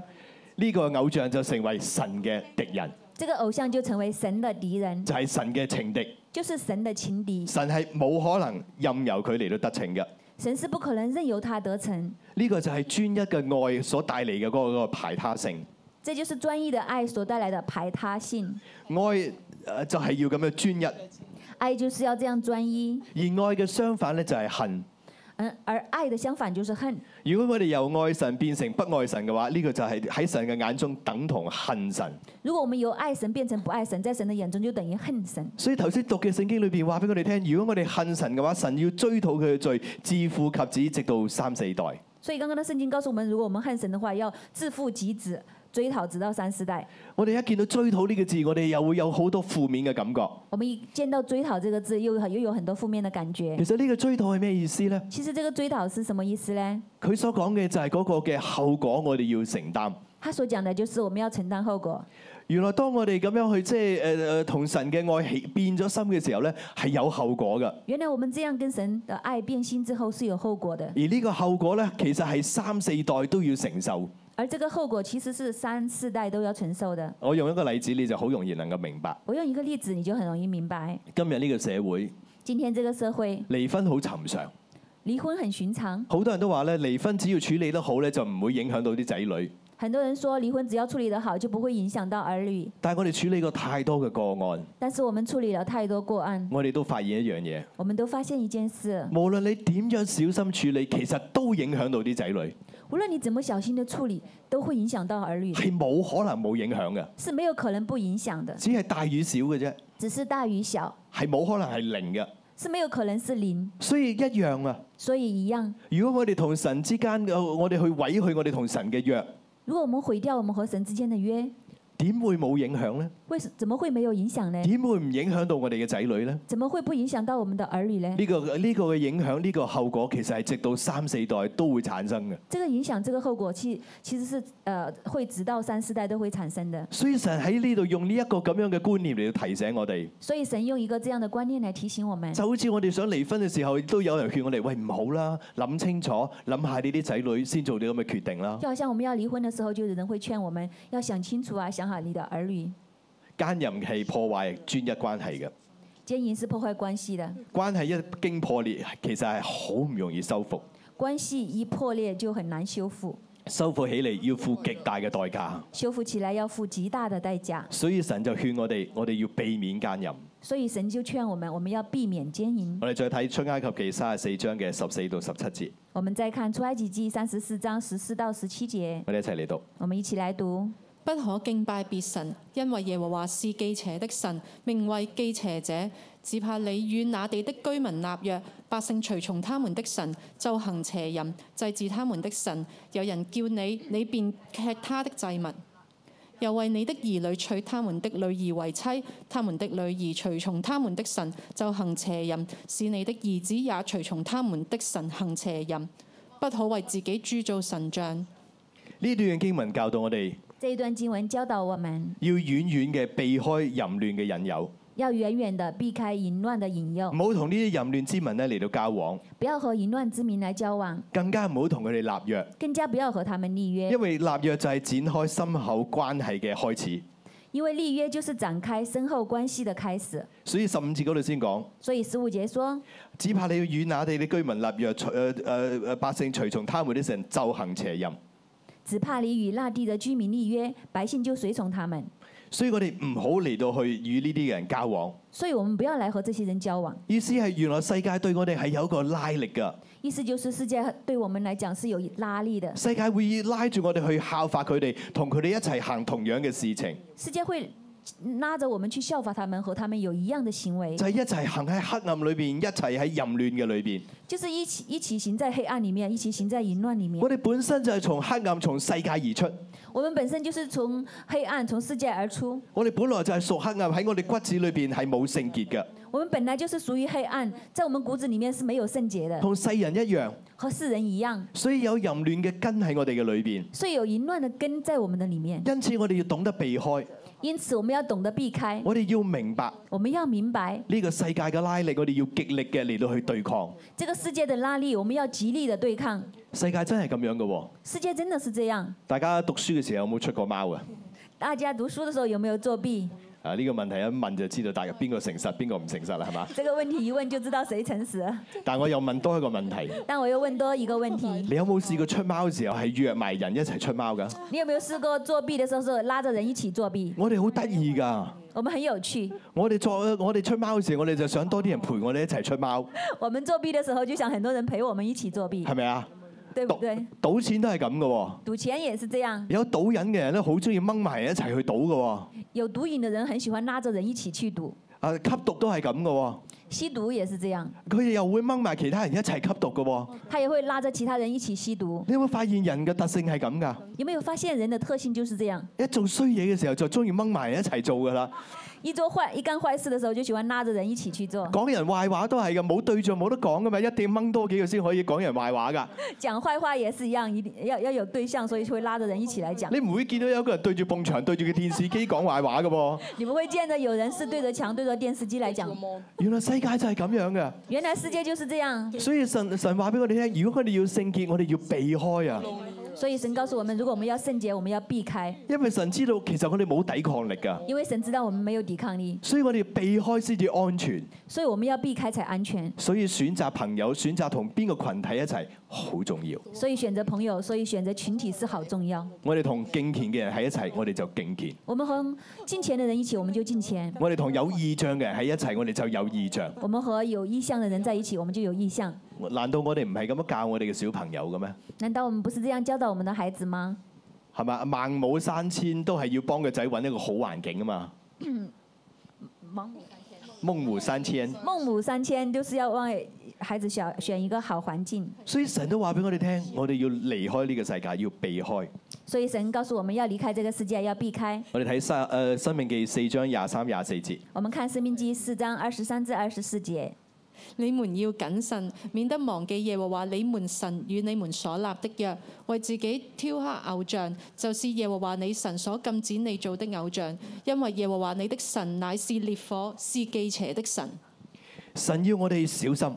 呢、個偶像就成為神嘅敵人，
这個偶像就成為神的敵人，
就係、神嘅情敵。
就是神的情敵。
神係冇可能任由佢嚟到得逞嘅。
神是不可能任由他得逞，
呢、個就係專一嘅愛所帶嚟嘅嗰個排他性。
这就是專一的愛所帶來的排他性。
愛呃就係要咁樣專一，
愛就是要這樣專一，
而愛嘅相反呢，就係恨。
嗯，而愛的相反就是恨。
如果我哋由愛神變成不愛神嘅話，呢、個就係喺神嘅眼中等同恨神。
如果我们由爱神变成不爱神，在神的眼中就等于恨神。
所以頭先讀嘅聖經裏邊話俾我哋聽，如果我哋恨神嘅話，神要追討佢嘅罪，自父及子，直到三四代。
所以刚刚的圣经告诉我们，如果我们恨神的话，要自父及子，追讨直到三四代。
我哋一見到追討呢個字，我哋又會有好多負面嘅感覺。
我们一见到“追讨”这个字，又很又有很多负面的感觉
其。實呢個追討係咩意思呢？
其实这个“追讨”是什么意思呢？
佢所講嘅就係嗰個嘅後果，我哋要承擔。
他所讲的就是我们要承担后果。
原來當我哋咁樣去即係誒誒同神嘅愛起變咗心嘅時候呢，係有後果嘅。
原来我们这样跟神的爱变心之后是有后果的，
而呢個後果呢，其實係三四代都要承受。
而这个后果其实是三四代都要承受的。
我用一個例子，你就好容易能夠明白。
我用一个例子，你就很容易明白。
今日呢個社會
今天这个社会，
離婚好尋常，
离婚很寻常，
好多人都話呢，離婚只要處理得好呢，就唔會影響到啲仔女。
很多人说离婚只要处理得好，就不会影响到儿女。
但係我哋處理過太多嘅個案，
但是我们處理了太多个案，
我哋都發現一樣嘢，
我们都发现一件事：
無論你點樣小心處理，其實都影響到啲仔女，
无论你怎么小心的处理，都会影响到儿女，
係冇可能冇影響嘅，
是没有可能不影响的，
只係大與小嘅啫，
只是大与小，
係冇可能係零嘅。
是没有可能是零。
所以一樣啊，
所以一样，
如果我哋同神之間嘅，我哋去毀去我哋同神嘅約，
如果我們毀掉我们和神之间的约，
點會冇影響呢？
为什怎么会没有影响呢？
點會唔影響到我哋嘅仔女呢？
怎么会不影响到我们的儿女呢？
呢、個呢、個嘅影響，呢、個後果其實係直到三四代都會產生嘅。
这个影响，这个后果其其实是呃会直到三四代都会产生的。
所以神喺呢度用呢一個咁樣嘅觀念嚟到提醒我哋，
所以神用一个这样的观念来提醒我们，
就好似我哋想離婚嘅時候，都有人勸我哋：喂，唔好啦，諗清楚，諗下你啲仔女先做啲咁嘅決定啦。
就好像我们要离婚的时候，就有人会劝我们要想清楚啊，想好你的儿女。
奸淫係破壞專一關係嘅，
奸淫是破坏关系的，
關係一經破裂，其實係好唔容易修復，
关系一破裂就很难修复，
修復起嚟要付極大嘅代價。
修复起来要付极大的代价。
所以神就勸我哋，我哋要避免奸淫。
所以神就劝我们，我们要避免奸淫。
我哋再睇出埃及記三十四章嘅十四到十七節，
我们再看出埃及记三十四章十四到十七节，
我哋一齊嚟讀。
我们一起来读。
不可敬拜別神，因為耶和華是忌邪的神，名為忌邪者。只怕你與那地的居民立約，百姓隨從他們的神，就行邪淫，祭祀他們的神。有人叫你，你便吃他的祭物。又為你的兒女娶他們的女兒為妻，他們的女兒隨從他們的神，就行邪淫；使你的兒子也隨從他們的神行邪淫。不可為自己鑄造神像。
呢段嘅經文教導我哋
这一段经文教導我们
要遠遠嘅避開淫亂嘅引誘，
要远远的避開淫亂的引誘
唔，好同呢啲淫亂之民咧嚟到交往，
不要和淫亂之民來交往，
更加唔好同佢哋立約，
更加不要和他们立約，
因為立約就係展開深厚關係嘅開始。
因為立約就是展開深厚關係的開始。
所以十五節嗰度先講，
所以十五節說，
只怕你要與那地嘅居民立約，隨誒誒誒呃百姓隨從他們的神，就行邪淫。
只怕你與那地的居民立約，百姓就隨從他們。
所以我哋唔好嚟到去與呢啲嘅人交往。
所以我們不要來和這些人交往。
意思係原來世界對我哋係有一個拉力㗎，
意思就是世界對我們來講是有拉力的，
世界會拉住我哋去效法佢哋，同佢哋一齊行同樣嘅事情，
世界會拉着我們去效法他們，和他們有一樣的行為
就，係、一齊行喺黑暗裏邊，一齊喺淫亂嘅裏邊。
就是一起一起行在黑暗裡面，一起行在淫亂裡面。
我哋本身就係從黑暗、從世界而出，
我們本身就是從黑暗、從世界而出，
我哋本來就係屬黑暗，喺我哋骨子裏邊係冇聖潔嘅，
我們本來就是屬於黑暗，在我們骨子裡面是沒有聖潔的，
同世人一樣，
和世人一樣，
所以有淫亂嘅根喺我哋嘅裏邊。
所以有淫亂的根在我們的裡面。
因此我哋要懂得避開，
因此，我們要懂得避開，
我哋要明白
我們要明白
呢個世界嘅拉力，我哋要極力嘅嚟到去對抗。
這個世界的拉力，我們要極力的對抗。
世界真係咁樣嘅喎。
世界真的是這樣。
大家讀書嘅時候有冇出過貓啊？
大家讀書的時候有沒有作弊？
啊呢、個問題一問就知道大家邊個誠實，邊個唔誠實啦，係嘛？
這個問題一問就知道誰誠實了。
但我又問多一個問題：
但我又問多一個問題：
你有冇試過出貓嘅時候係約埋人一齊出貓㗎？
[laughs] 你有沒有試過作弊的時候是拉着人一起作弊？
我哋好得意㗎！
我們很有趣，
我哋作我哋出貓嘅時候，我哋就想多啲人陪我哋一齊出貓，
我們作弊的時候就想很多人陪我們一起作弊
係，咪啊？
對不對
賭？賭錢都係咁㗎喎。
賭錢也是這樣，
有賭癮嘅人咧，好中意掹埋人一齊去賭㗎喎。
有毒癮的人很喜歡拉着人一起去賭，
啊，吸毒都係咁㗎喎。
吸毒也是这样，
佢哋又會掹埋其他人一齊吸毒嘅喎。
他也会拉着其他人一起吸毒。
你有冇發現人嘅特性係咁㗎？
有没有發現人的特性就是這樣？
一做衰嘢嘅時候就中意掹埋人一齊做㗎啦。
一做壞一幹壞事的時候，就喜歡拉着人一起去做；
講人壞話都係㗎，冇對象冇得講㗎嘛，一定要掹多幾個先可以講人壞話㗎。
講壞話也是一樣，一定要要有對象，所以就會拉着人一起來講。
你唔會見到有一個人對住埲牆對住個電視機講壞話㗎喎。
你们会見着有人是對着牆、對着電視機來講。
原來世界就係咁樣㗎。
原來世界就是這樣，
所以神神話俾我哋聽，如果我哋要聖潔，我哋要避開啊，
所以神告訴我們，如果我們要聖潔，我們要避開，
因為神知道其實我哋冇抵抗力㗎，
因為神知道我們沒有抵抗力，
所以我哋避開先至安全。
所以我們要避開才安全。
所以選擇朋友，選擇同邊個群體一齊好重要。
所以選擇朋友，所以選擇群體是好重要。
我哋同敬虔嘅人喺一齊，我哋就敬虔；
我們和敬虔的人一起，我們就敬虔；
我哋同有意象嘅人喺一齊，我哋就有意象。
我們和有意向的人在一起，我們就有意向。
難道我哋唔係咁樣教我哋嘅小朋友嘅咩？
难道我們不是這樣教導我們的孩子嗎？
係嘛？孟母三遷都係要幫個仔揾一個好環境啊嘛。孟母三遷，
孟母三遷就是要让孩子选选一个好环境，
所以神都話俾我哋聽，我哋要離開呢個世界，要避開。
所以神告诉我们要离开这个世界，要避开。
我哋睇三誒《生命記》四章廿三廿四節，
我们看《生命记》四章二十三至二十四节，
你們要謹慎，免得忘記耶和華你們神與你們所立的約，為自己挑刻偶像，就是耶和華你神所禁止你做的偶像，因為耶和華你的神乃是烈火，是忌邪的神。
神要我哋小心，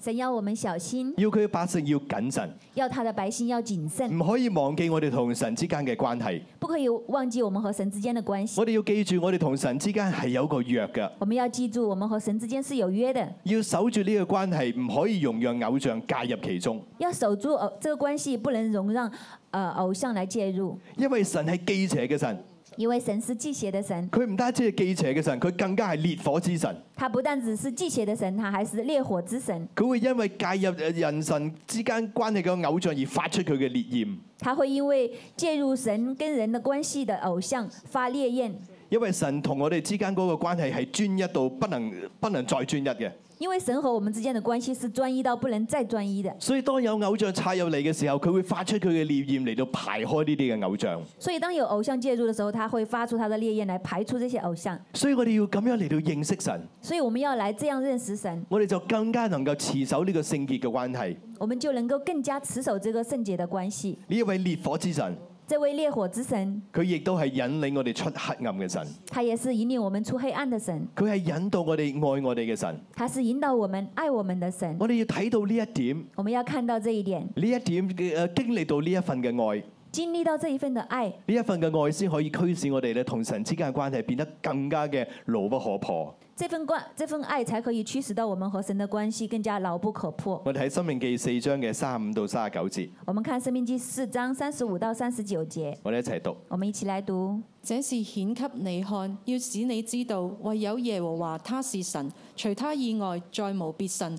神要我们小心，
要佢百姓要謹慎，
要他的百姓要谨慎，
唔可以忘記我哋同神之間嘅關係。
不可以忘记我们和神之间的关系。
我哋要記住，我哋同神之間係有個約嘅，
我们要记住，我们和神之间是有约的，
要守住呢個關係，唔可以容讓偶像介入其中，
要守住偶这个关系，不能容让呃偶像来介入，
因為神係忌邪嘅神，
因为神是忌邪的神，
佢唔單止係忌邪嘅神，佢更加係烈火之神。
他不但只是忌邪的神，他还是烈火之神。
佢會因為介入人神之間關係嘅偶像而發出佢嘅烈焰，
他会因为介入神跟人的关系的偶像发烈焰，
因為神同我哋之間嗰個關係係專一到不能不能再專一嘅。
因为神和我们之间的关系是专一到不能再专一的，
所以當有偶像插入嚟嘅時候，佢會發出佢嘅烈焰嚟到排開呢啲嘅偶像。
所以当有偶像介入的时候，他会发出他的烈焰来排除这些偶像。
所以我哋要咁樣嚟到認識神，
所以我们要来这样认识神，
我哋就更加能夠持守呢個聖潔嘅關係。
我们就能够更加持守这个圣洁的关系。
呢一位烈火之神，
这位烈火之神，
佢亦都係引領我哋出黑暗嘅神，
他也是引领我们出黑暗的神，
佢係引導我哋愛我哋嘅神。
他是引導我们爱我们的神。
我哋要睇到呢一點，呢
我们要看到这一点，
一點嘅誒經歷到呢一份嘅愛，呢
经历到这一份的爱，
一份嘅愛先可以驅使我哋咧同神之間嘅關係變得更加嘅牢不可破。
这份关这份爱才可以驱使到我们和神的关系更加牢不可破。
我哋喺《生命記》四章嘅三十五到三十九節，
我们看《生命记》四章三十五到三十九节，
我哋一齊讀。
我们一起来读。
這是顯給你看，要使你知道，唯有耶和華他是神，除他以外再無別神。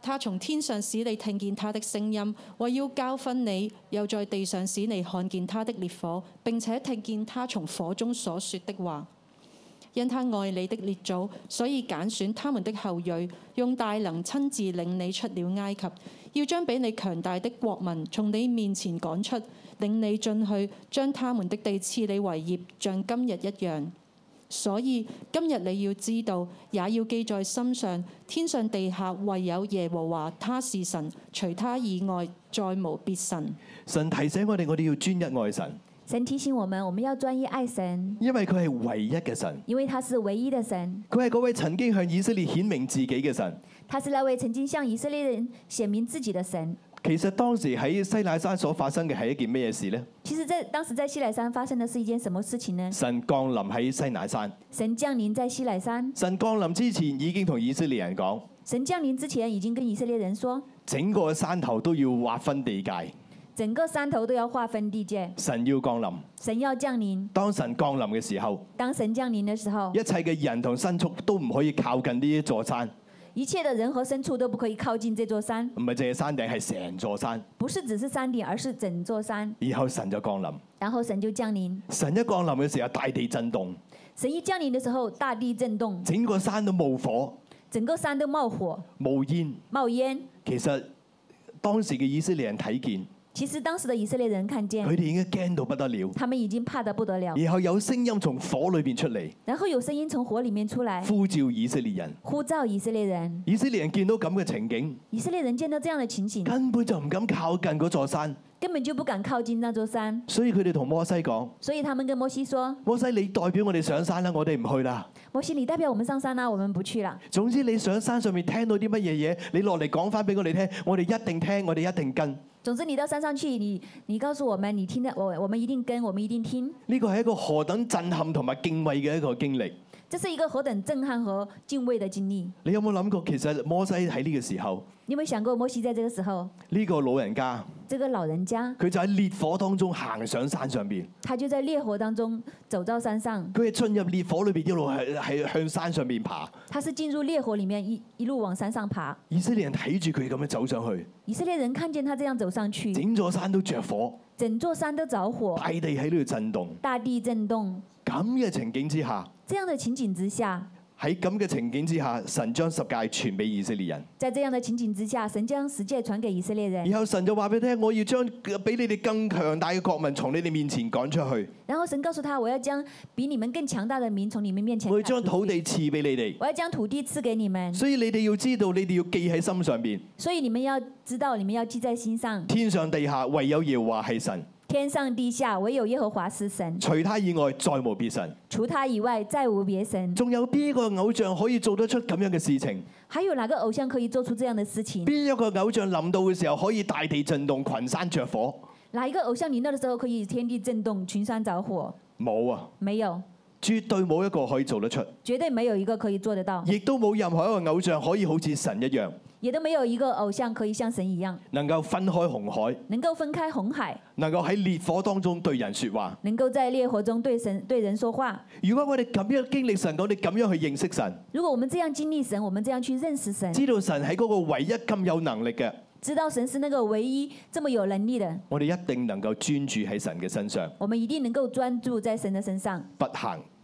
他從天上使你聽見他的聲音，為要教訓你；又在地上使你看見他的烈火，並且聽見他從火中所說的話。因他愛你的列祖，所以揀選他們的後裔，用大能親自領你出了埃及，要將比你強大的國民從你面前趕出，領你進去，將他們的地賜你為業，像今日一樣。所以今日你要知道，也要記在心上，天上地下唯有耶和華他是神，除他以外再無別神。
神提醒我哋，我哋要專一愛神，
神提醒我们，我们要专一爱神，
因為佢係唯一嘅神，
因为他是唯一的神，
佢係嗰位曾經向以色列顯明自己嘅神。
他是那位曾经向以色列人显明自己的神。
其實當時喺西乃山所發生嘅係一件咩事呢？
其实在，当时在西乃山发生的是一件什么事情呢？
神降臨喺西乃山，
神降临在西乃山，
神降臨之前已經同以色列人講，
神降临之前已经跟以色列人说，
整個山頭都要劃分地界，
整个山头都要划分地界，
神要降臨。
神要降临。
當神降臨嘅時候，
当神降临的时候
一，切嘅人同牲畜都唔可以靠近呢一座山，
一切的人和牲畜都不可以靠近这座山，
唔係淨係山頂，係成座山。
不是只是山顶，而是整座山。
然後神就降臨，
然后神就降临，
神一降臨嘅時候，大地震動，
神一降临的时候，大地震动，
整個山都冒火，
整个山都冒火
冒煙。
冒烟。
其實當時嘅以色列人睇見，
其实当时的以色列人看见
佢，哋已經驚到不得了。
他们已經怕得不得了。
然後有聲音從火裏邊出嚟，
然後有聲音從火里面出來，
呼召以色列人。
呼召以色列人。
以色列人見到咁嘅情景，
以色列人見到這樣的情景，
根本就唔敢靠近嗰座山，
根本就不敢靠近那座山，
所以佢哋同摩西講：
所以他們跟摩西說
摩西，你代表我哋上山啦，我哋唔去啦。：“
摩西，你代表我們上山啊啦、我們不去了。
總之你上山上面聽到啲乜嘢嘢，你落嚟講翻俾我哋聽，我哋一定聽，我哋一定跟。
總之，你到山上去，你你告訴我們，你聽到我，我們一定跟，我們一定聽。
呢個係一個何等震撼同埋敬畏嘅一個經歷。
這是一個何等震撼和敬畏的經歷。
你有冇諗過，其實摩西喺呢個時候，
你有沒有想過，摩西在這個時候，
呢、個老人家
這個老人家，
佢就喺烈火當中行上山上邊，
他就在烈火當中走到山上，
佢係進入烈火裏邊一路係係向山上面爬。
他是進入烈火裡面一一路往山上爬。
以色列人睇住佢咁樣走上去，
以色列人看見他這樣走上去，
整座山都着火，
整座山都着火，
大地喺呢度震動。
大地震動。
咁嘅情景之下，
這樣的情景之下，
喺咁嘅情景之下，神將十戒傳俾以色列人，
在這樣的情景之下，神將十戒傳給以色列人，
然後神就話俾你聽：我要將比你哋更強大嘅國民從你哋面前趕出去，
然後神告訴他：“我要將比你們更強大的民從你們面前
我要
趕
將
出
土地
去
賜俾你哋。
我要將土地賜給你們，
所以你哋要知道，你哋要記喺心上邊，
所以你們要知道，你們要記在心上。
天上地下唯有耶和華係神，
天上地下，唯有耶和華是神，
除他以外再無別神。
除他以外再無別神。
仲有邊一個偶像可以做得出咁樣嘅事情？
還有哪個偶像可以做出這樣的事情？
邊一個偶像臨到嘅時候可以大地震動、群山着火？
哪一個偶像臨到的時候可以天地震動、群山着火？
冇啊，
沒有，
絕對冇一個可以做得出，
絕對沒有一個可以做得到，
亦都冇任何一個偶像可以好似神一樣，
也都沒有一個偶像可以像神一樣，
能夠分開紅海，
能夠分開紅海。”
能夠喺烈火當中對人說話。
能夠在烈火中對神對人說話。
如果我哋咁樣經歷神，我哋咁樣去認識神，
如果我們這樣經歷神，我們這樣去認識神，
知道神喺嗰個唯一咁有能力嘅，
知道神是那個唯一這麼有能力的，
我哋一定能夠專注喺神嘅身上，
我們一定能夠專注在神的身上，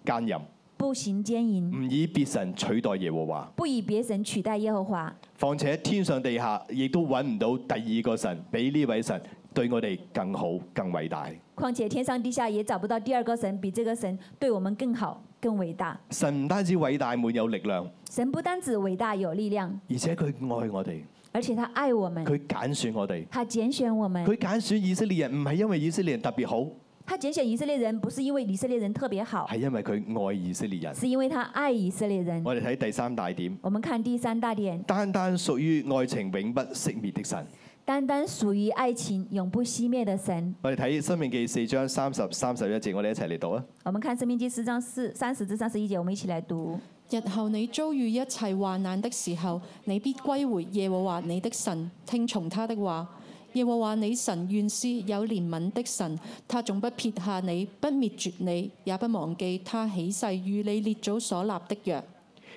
不行奸淫，
不行奸淫，
唔以別神取代耶和華。
不以別神取代耶和華。
況且天上地下亦都揾唔到第二個神比呢位神對我哋更好、更偉大。
況且天上地下也找不到第二個神比這個神對我們更好、更偉大。
神唔單止偉大滿有力量，
神不單止偉大有力量，
而且佢愛我哋，
而且他愛我們，
佢揀選我哋。
他揀選我們，
佢揀選以色列人唔係因為以色列人特別好，
他揀選以色列人不是因為以色列人特別好，
係因為佢愛以色列人。
是因為他愛以色列人。
我哋睇第三大點，
我們看第三大點。
單單屬於愛情永不熄滅的神。
单单属于愛情永不熄滅的神。
我哋睇《生命記》四章三十三十一節，我哋一齊嚟讀啊！
我们看《生命記》四章四三十至三十一节，我们一起来读。
日後你遭遇一切患難的時候，你必歸回耶和華你的神，聽從他的話。耶和華你神原是有憐憫的神，他總不撇下你，不滅絕你，也不忘記他起誓與你列祖所立的約。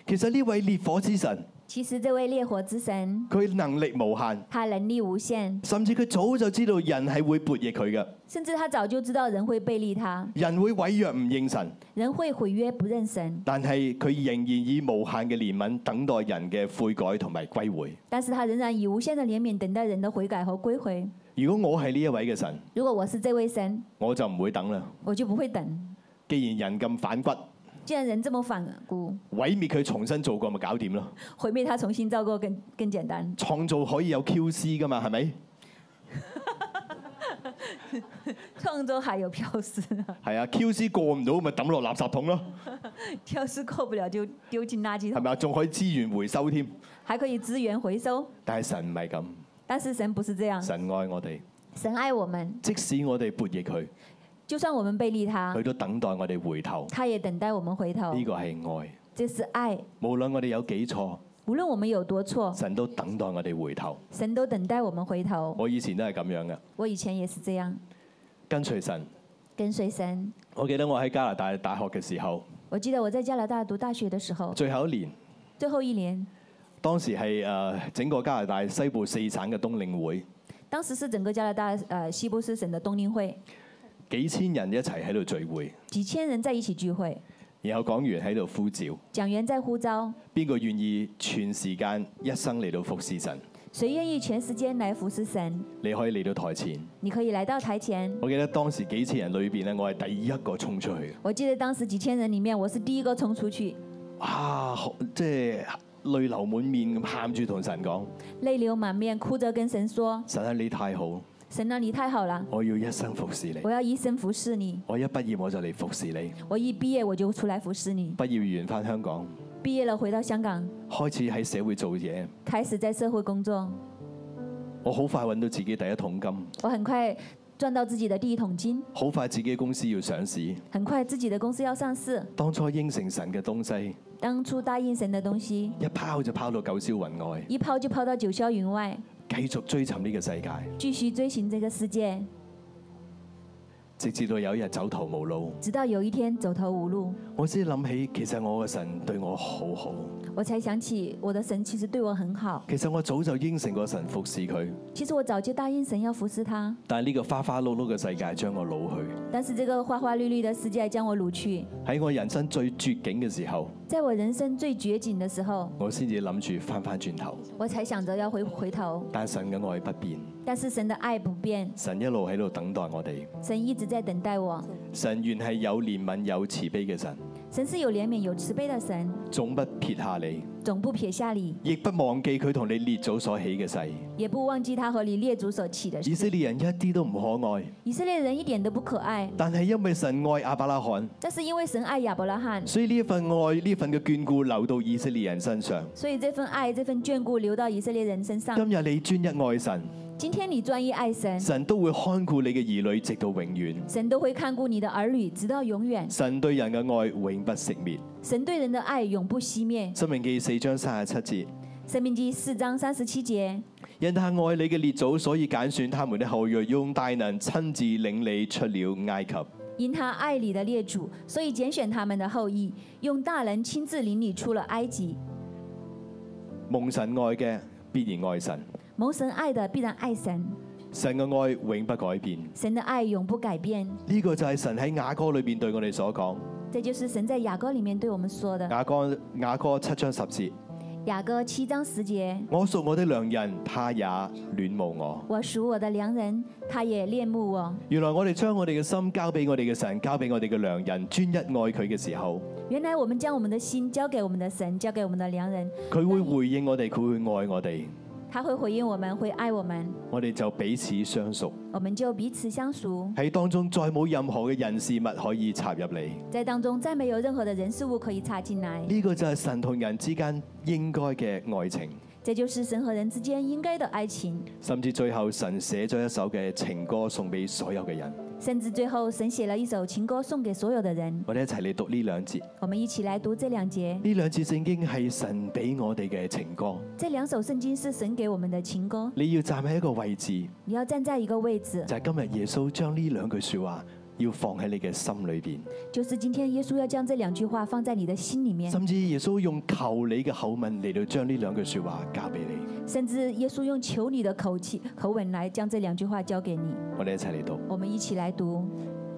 其實呢位烈火之神，
其實這位烈火之神，
佢能力無限，
他能力無限，
甚至佢早就知道人係會悖逆佢嘅，
甚至他早就知道人會背離他，
人會毀約唔應神。
人會毀約不認神，
但係佢仍然以無限嘅憐憫等待人嘅悔改同埋歸回。
但是他仍然以無限的憐憫等待人的悔改和歸回。
如果我係呢一位嘅神，
如果我是這位神，
我就唔會等啦。
我就不會等。
既然人咁反骨，
既然人這麼反骨，
毀滅佢重新做過咪搞掂咯？
毀滅他重新造過更更簡單。
創造可以有 QC 噶嘛？係咪？
創作還有漂失啊，
係啊，QC 過唔到咪抌落垃圾桶咯，
漂失過不了就丟進垃圾
係
桶，
咪啊？仲可以資源回收添。
還可以資源回收。
但係神唔係咁，
但是神不是這樣，
神愛我哋，
神愛我們，
即使我哋悖逆佢，
就算我們背離他
佢，都等待我哋回頭。
他也等待我們回頭
呢。個係愛，
這是愛，
無論我哋有幾錯，
無論我們有多錯，
神都等待我哋回頭。
神都等待我們回頭。
我以前都係咁樣嘅，
我以前也是這樣，
跟隨神。
跟隨神。
我記得我喺加拿大大學嘅時候，
我記得我在加拿大讀大學的時候，
最後一年，
最後一年，
當時係誒、呃整個加拿大西部四省嘅冬令會，
當時是整個加拿大呃西部斯省的冬令會，
幾千人一齊喺度聚會。
幾千人在一起聚會。
然後講完喺度呼召，
讲员在呼召，
邊個願意全時間一生嚟到服侍神？
谁愿意全时间来服侍神？
你可以嚟到台前。
你可以来到台前。
我記得當時幾千人裏邊咧，我係第一個衝出去嘅。
我记得当时几千人里面，我是第一个冲出去，
哇！好即係淚流滿面咁喊住同神講：
泪流满面，哭着跟神说
神啊，你太好，：“
神啊，你太好了，
我要一生服侍你
我。要一生服侍你。
我一畢業我就嚟服侍你。
我一毕业我就出来服侍你。
畢業完翻香港，
毕业了回到香港，
開始喺社會做嘢。
开始在社会工作，
我好快揾到自己第一桶金，
我很快赚到自己的第一桶金，
好快自己公司要上市。
很快自己的公司要上市。
當初應承神嘅東西，
当初答应神的东西，
一拋就拋到九霄雲外，
一抛就抛到九霄云外，
繼續追尋呢個世界，
继续追寻这个世界，
直至到有一日走投無路，
直到有一天走投无路，
我先諗起其實我嘅神對我好好。
我才想起我的神其实对我很好。
其實我早就應承過神服侍佢，
其實我早就答應神要服侍他，
但係呢個花花碌碌嘅世界將我老去。
但是这个花花綠綠的世界将我擄去。
喺我人生最絕境嘅時候，
在我人生最絕境的時候，
我先至諗住翻翻轉頭。
我才想着要回回头。
但神嘅愛不變，
但是神的愛不變，
神一路喺度等待我哋。
神一直在等待我。
神原係有憐憫有慈悲嘅神，
神是有憐憫、有慈悲的神，
總不撇下你，
總不撇下你，
亦不忘記佢同你列祖所起嘅誓。
也不忘記他和你列祖所起的
以
事。
色列人一啲都唔可愛，
以色列人一點都不可愛，
但係因為神愛亞伯拉罕，
但是因為神愛亞伯拉罕，
所以呢一份愛呢份嘅眷顧流到以色列人身上。
所以這份愛、這份眷顧流到以色列人身上。
今日你專一愛神，
今天你專一愛神，
嗯神都會看顧你嘅兒女直到永遠。
神都會看顧你的兒女，直到永遠。
神對人嘅愛永不熄滅。
神對人的愛永不熄滅。
生命記四章三十七節。
生命记四章三十七节，
因他愛你嘅列祖，所以揀選他們的後裔，用大能親自領你出了埃及。
因他爱你的列祖，所以拣选他们的后裔，用大能亲自领你出了埃及。
蒙神愛嘅必然愛神，
蒙神爱的必然爱神，
神嘅愛永不改變。呢、
神的爱永不改变。
個就係神喺雅歌裏邊對我哋所講。
这就是神在雅歌里面对我们说的。
雅歌雅歌七章十節：
雅歌七章十节，
我屬我的良人，他也戀慕我。
我属我的良人，他也恋慕我。
原來我哋將我哋嘅心交俾我哋嘅神，交俾我哋嘅良人，專一愛佢嘅時候，
原来我们将我们的心交给我们的神，交给我们的良人，
佢會回應我哋，佢會愛我哋，
他会回应我们，会爱我们，
我哋就彼此相屬。
我们就彼此相熟。
喺當中再冇任何嘅人事物可以插入嚟。
在当中再没有任何的人事物可以插进来。
呢個就係神同人之間應該嘅愛情，
这就是神和人之间应该的爱情。
甚至最後神寫咗一首嘅情歌送俾所有嘅人。
甚至最后，神写了一首情歌送给所有的人。
我哋一齊嚟讀呢兩節，
我们一起来读这两节，
呢兩節聖經係神俾我哋嘅情歌。
这两首圣经是神给我们的情歌。
你要站喺一個位置，
你要站在一个位置，
就係、今日耶穌將呢兩句説話要放喺你嘅心裏邊，
就是今天耶稣要将这两句话放在你的心里面，
甚至耶穌用求你嘅口吻嚟到將呢兩句説話交俾你。
甚至耶稣用求你的口气、口吻来将这两句话交给你。
我哋一齊嚟讀。
我们一起来读。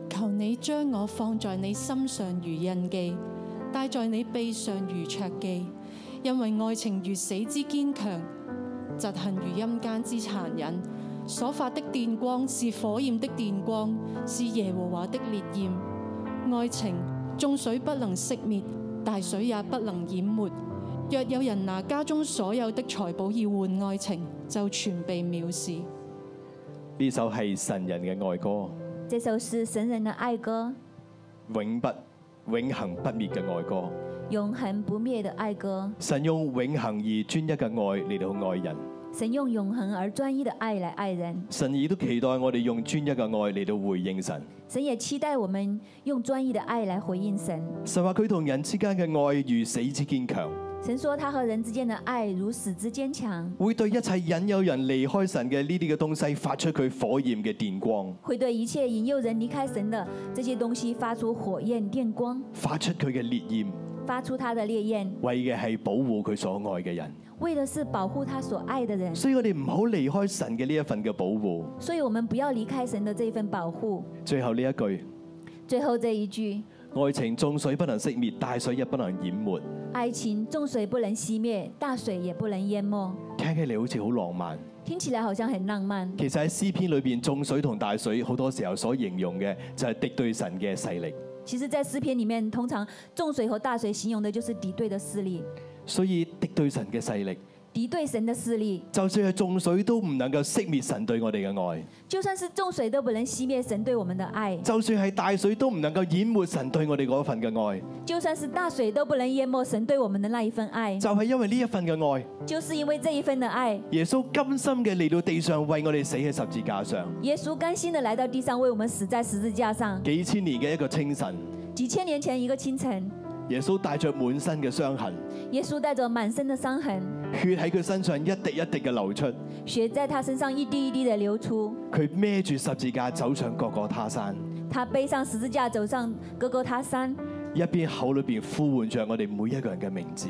求你將我放在你心上如印記，戴在你臂上如卓記。因為愛情如死之堅強，疾恨如陰間之殘忍。所發的電光是火焰的電光，是耶和華的烈焰。愛情眾水不能熄滅，大水也不能淹沒。若有人拿家中所有的財寶以換愛情，就全被藐視。
呢首係神人嘅愛歌，
这首是神人的爱歌，
永不永恆不滅嘅愛歌。
永恒不灭的爱歌。
神用永恒而專一嘅愛嚟到愛人，
神用永恒而专一的爱来爱人，
神亦都期待我哋用專一嘅愛嚟到回應神。
神也期待我们用专一的爱来回应神。
神話佢同人之間嘅愛如死之堅強，
神说他和人之间的爱如死之坚强，
會對一切引誘人離開神嘅呢啲嘅東西發出佢火焰嘅電光，
会对一切引诱人离开神的这些东西发出火焰、电光，
發出佢嘅烈焰，
发出他的烈焰，
為嘅係保護佢所愛嘅人。
为的是保护他所爱的人。
所以我哋唔好離開神嘅呢一份嘅保護。
所以，我们不要离开神的这一份保护。
最後呢一句，
最后这一句，
愛情眾水不能熄滅，大水也不能淹沒。
爱情重水不能熄灭，大水也不能淹没。
聽起嚟好似好浪漫，
听起来好像很浪漫，
其實喺詩篇裏邊，眾水同大水好多時候所形容嘅就係敵對神嘅勢力。
其实，在诗篇里面，通常重水和大水形容的就是敌对的势力，
所以敵對神嘅勢力，
敌对神的势力。
就算係眾水都唔能夠熄滅神對我哋嘅愛，
就算是重水都不能熄灭神对我们的爱，
就算係大水都唔能夠淹沒神對我哋嗰份嘅愛。
就算是大水都不能淹没神对我们的那一份爱。
就係因為呢一份嘅愛，
就是因为这一份的爱，
耶穌甘心嘅嚟到地上為我哋死喺十字架上，
耶稣甘心的来到地上，为我们死在十字架上。
幾千年嘅一個清晨，
几千年前一个清晨，
耶穌帶着滿身嘅傷痕，
耶稣带着满身的伤痕，
血喺佢身上一滴一滴嘅流出，
血在他身上一滴一滴的流出。
佢孭住十字架走上各個他山，
他背上十字架，走上哥哥他山，
一邊口裏邊呼喚着我哋每一個人嘅名字，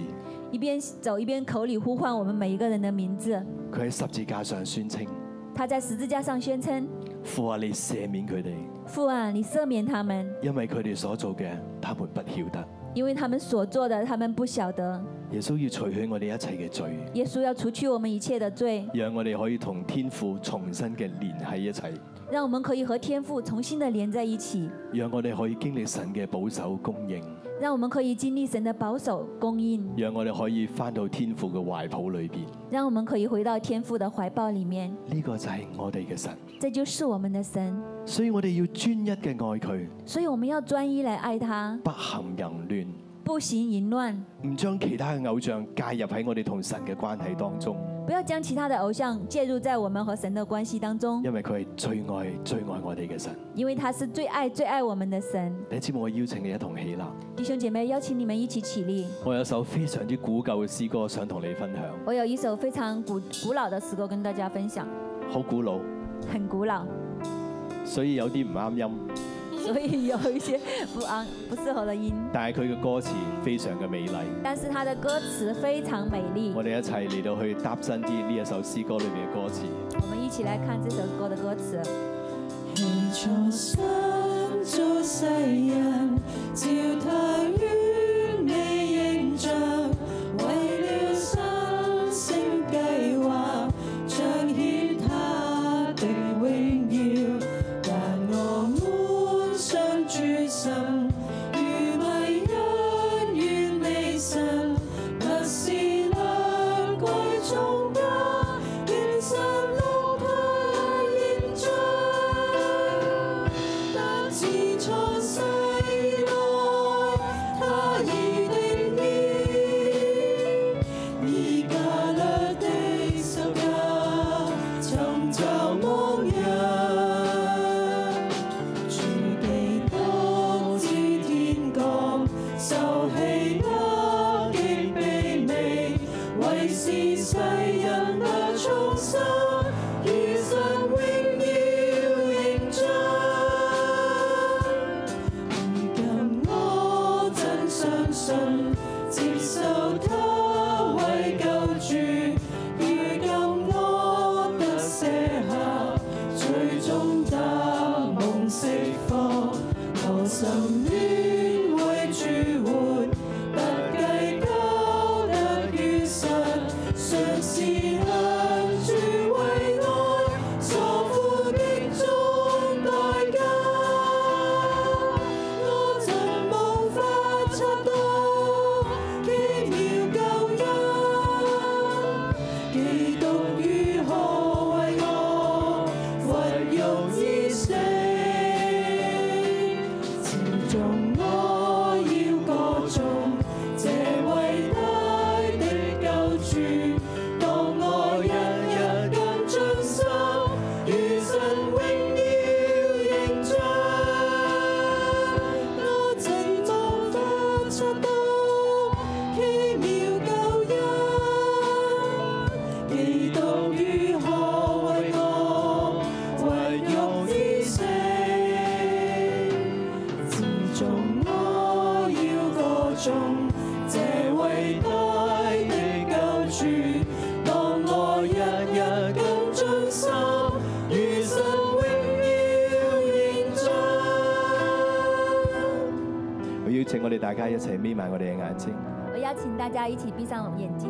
一边走一边口里呼唤我们每一个人的名字。
佢喺十字架上宣稱：
他在十字架上宣称
父啊，你赦免佢哋，：“
父啊，你赦免他们，
因為佢哋所做嘅，他們不曉得。
因为他们所做的，他们不晓得。
耶穌要除去我哋一切嘅罪，”
耶稣要除去我们一切的罪，
讓我哋可以同天父重新嘅連喺一齊。
让我们可以和天父重新的连在一起，
讓我哋可以經歷神嘅保守供應，
让我们可以经历神的保守供应，
讓我哋可以翻到天父嘅懷抱裏邊。
让我们可以回到天父的怀抱里面。
呢、個就係我哋嘅神，
这就是我们的神，
所以我哋要專一嘅愛佢，
所以我们要专一来爱他，
不行淫
不行淫乱，
亂，唔將其他嘅偶像介入喺我哋同神嘅關係當中，
不要将其他的偶像介入在我们和神的关系当中，
因為佢係最愛最愛我哋嘅神。
因为他是最爱最爱我们的神。
你知唔知我邀請你一同起立？
弟兄姐妹，邀请你们一起起立。
我有首非常之古舊嘅詩歌想同你分享，
我有一首非常古古老的诗歌跟大家分享，
好古老，
很古老，
所以有啲唔啱音，
所以有一些不安不适合的音，
但係佢嘅歌詞非常嘅美麗。
但是它的歌词非常美丽。
我哋一齊嚟到去搭新啲呢一首詩歌裏面嘅歌詞。
我们一起来看这首歌的歌词。
起初想造世人，照他於你形象，為了新星計劃，彰顯他的榮耀。但我們相主心，如迷因願未神，不是兩貴重家，願神弄他現象。得自創世內，他已定意，以加略的十架尋找亡人。主基督之天降，受氣壓極卑微，為是世人得重生，如神榮耀形象。如今我真相信，接受他為救主。如今我得卸下，最終他夢釋放，求心願為主活，不計較得與神，常是向主為愛所付的終代價。我曾無法察到奇妙救恩，基督如何為我屈辱至死？朝中我要歌頌這偉大的救主，當我日日更盡心與神榮耀形象。我曾無法察到奇妙救恩，基督如何為我屈辱至死？自從我要歌頌這偉大的救主，當我日日更盡心與神榮耀形象。
請我哋大家一齊眯埋我哋嘅眼睛。
我邀请大家一起闭上眼睛，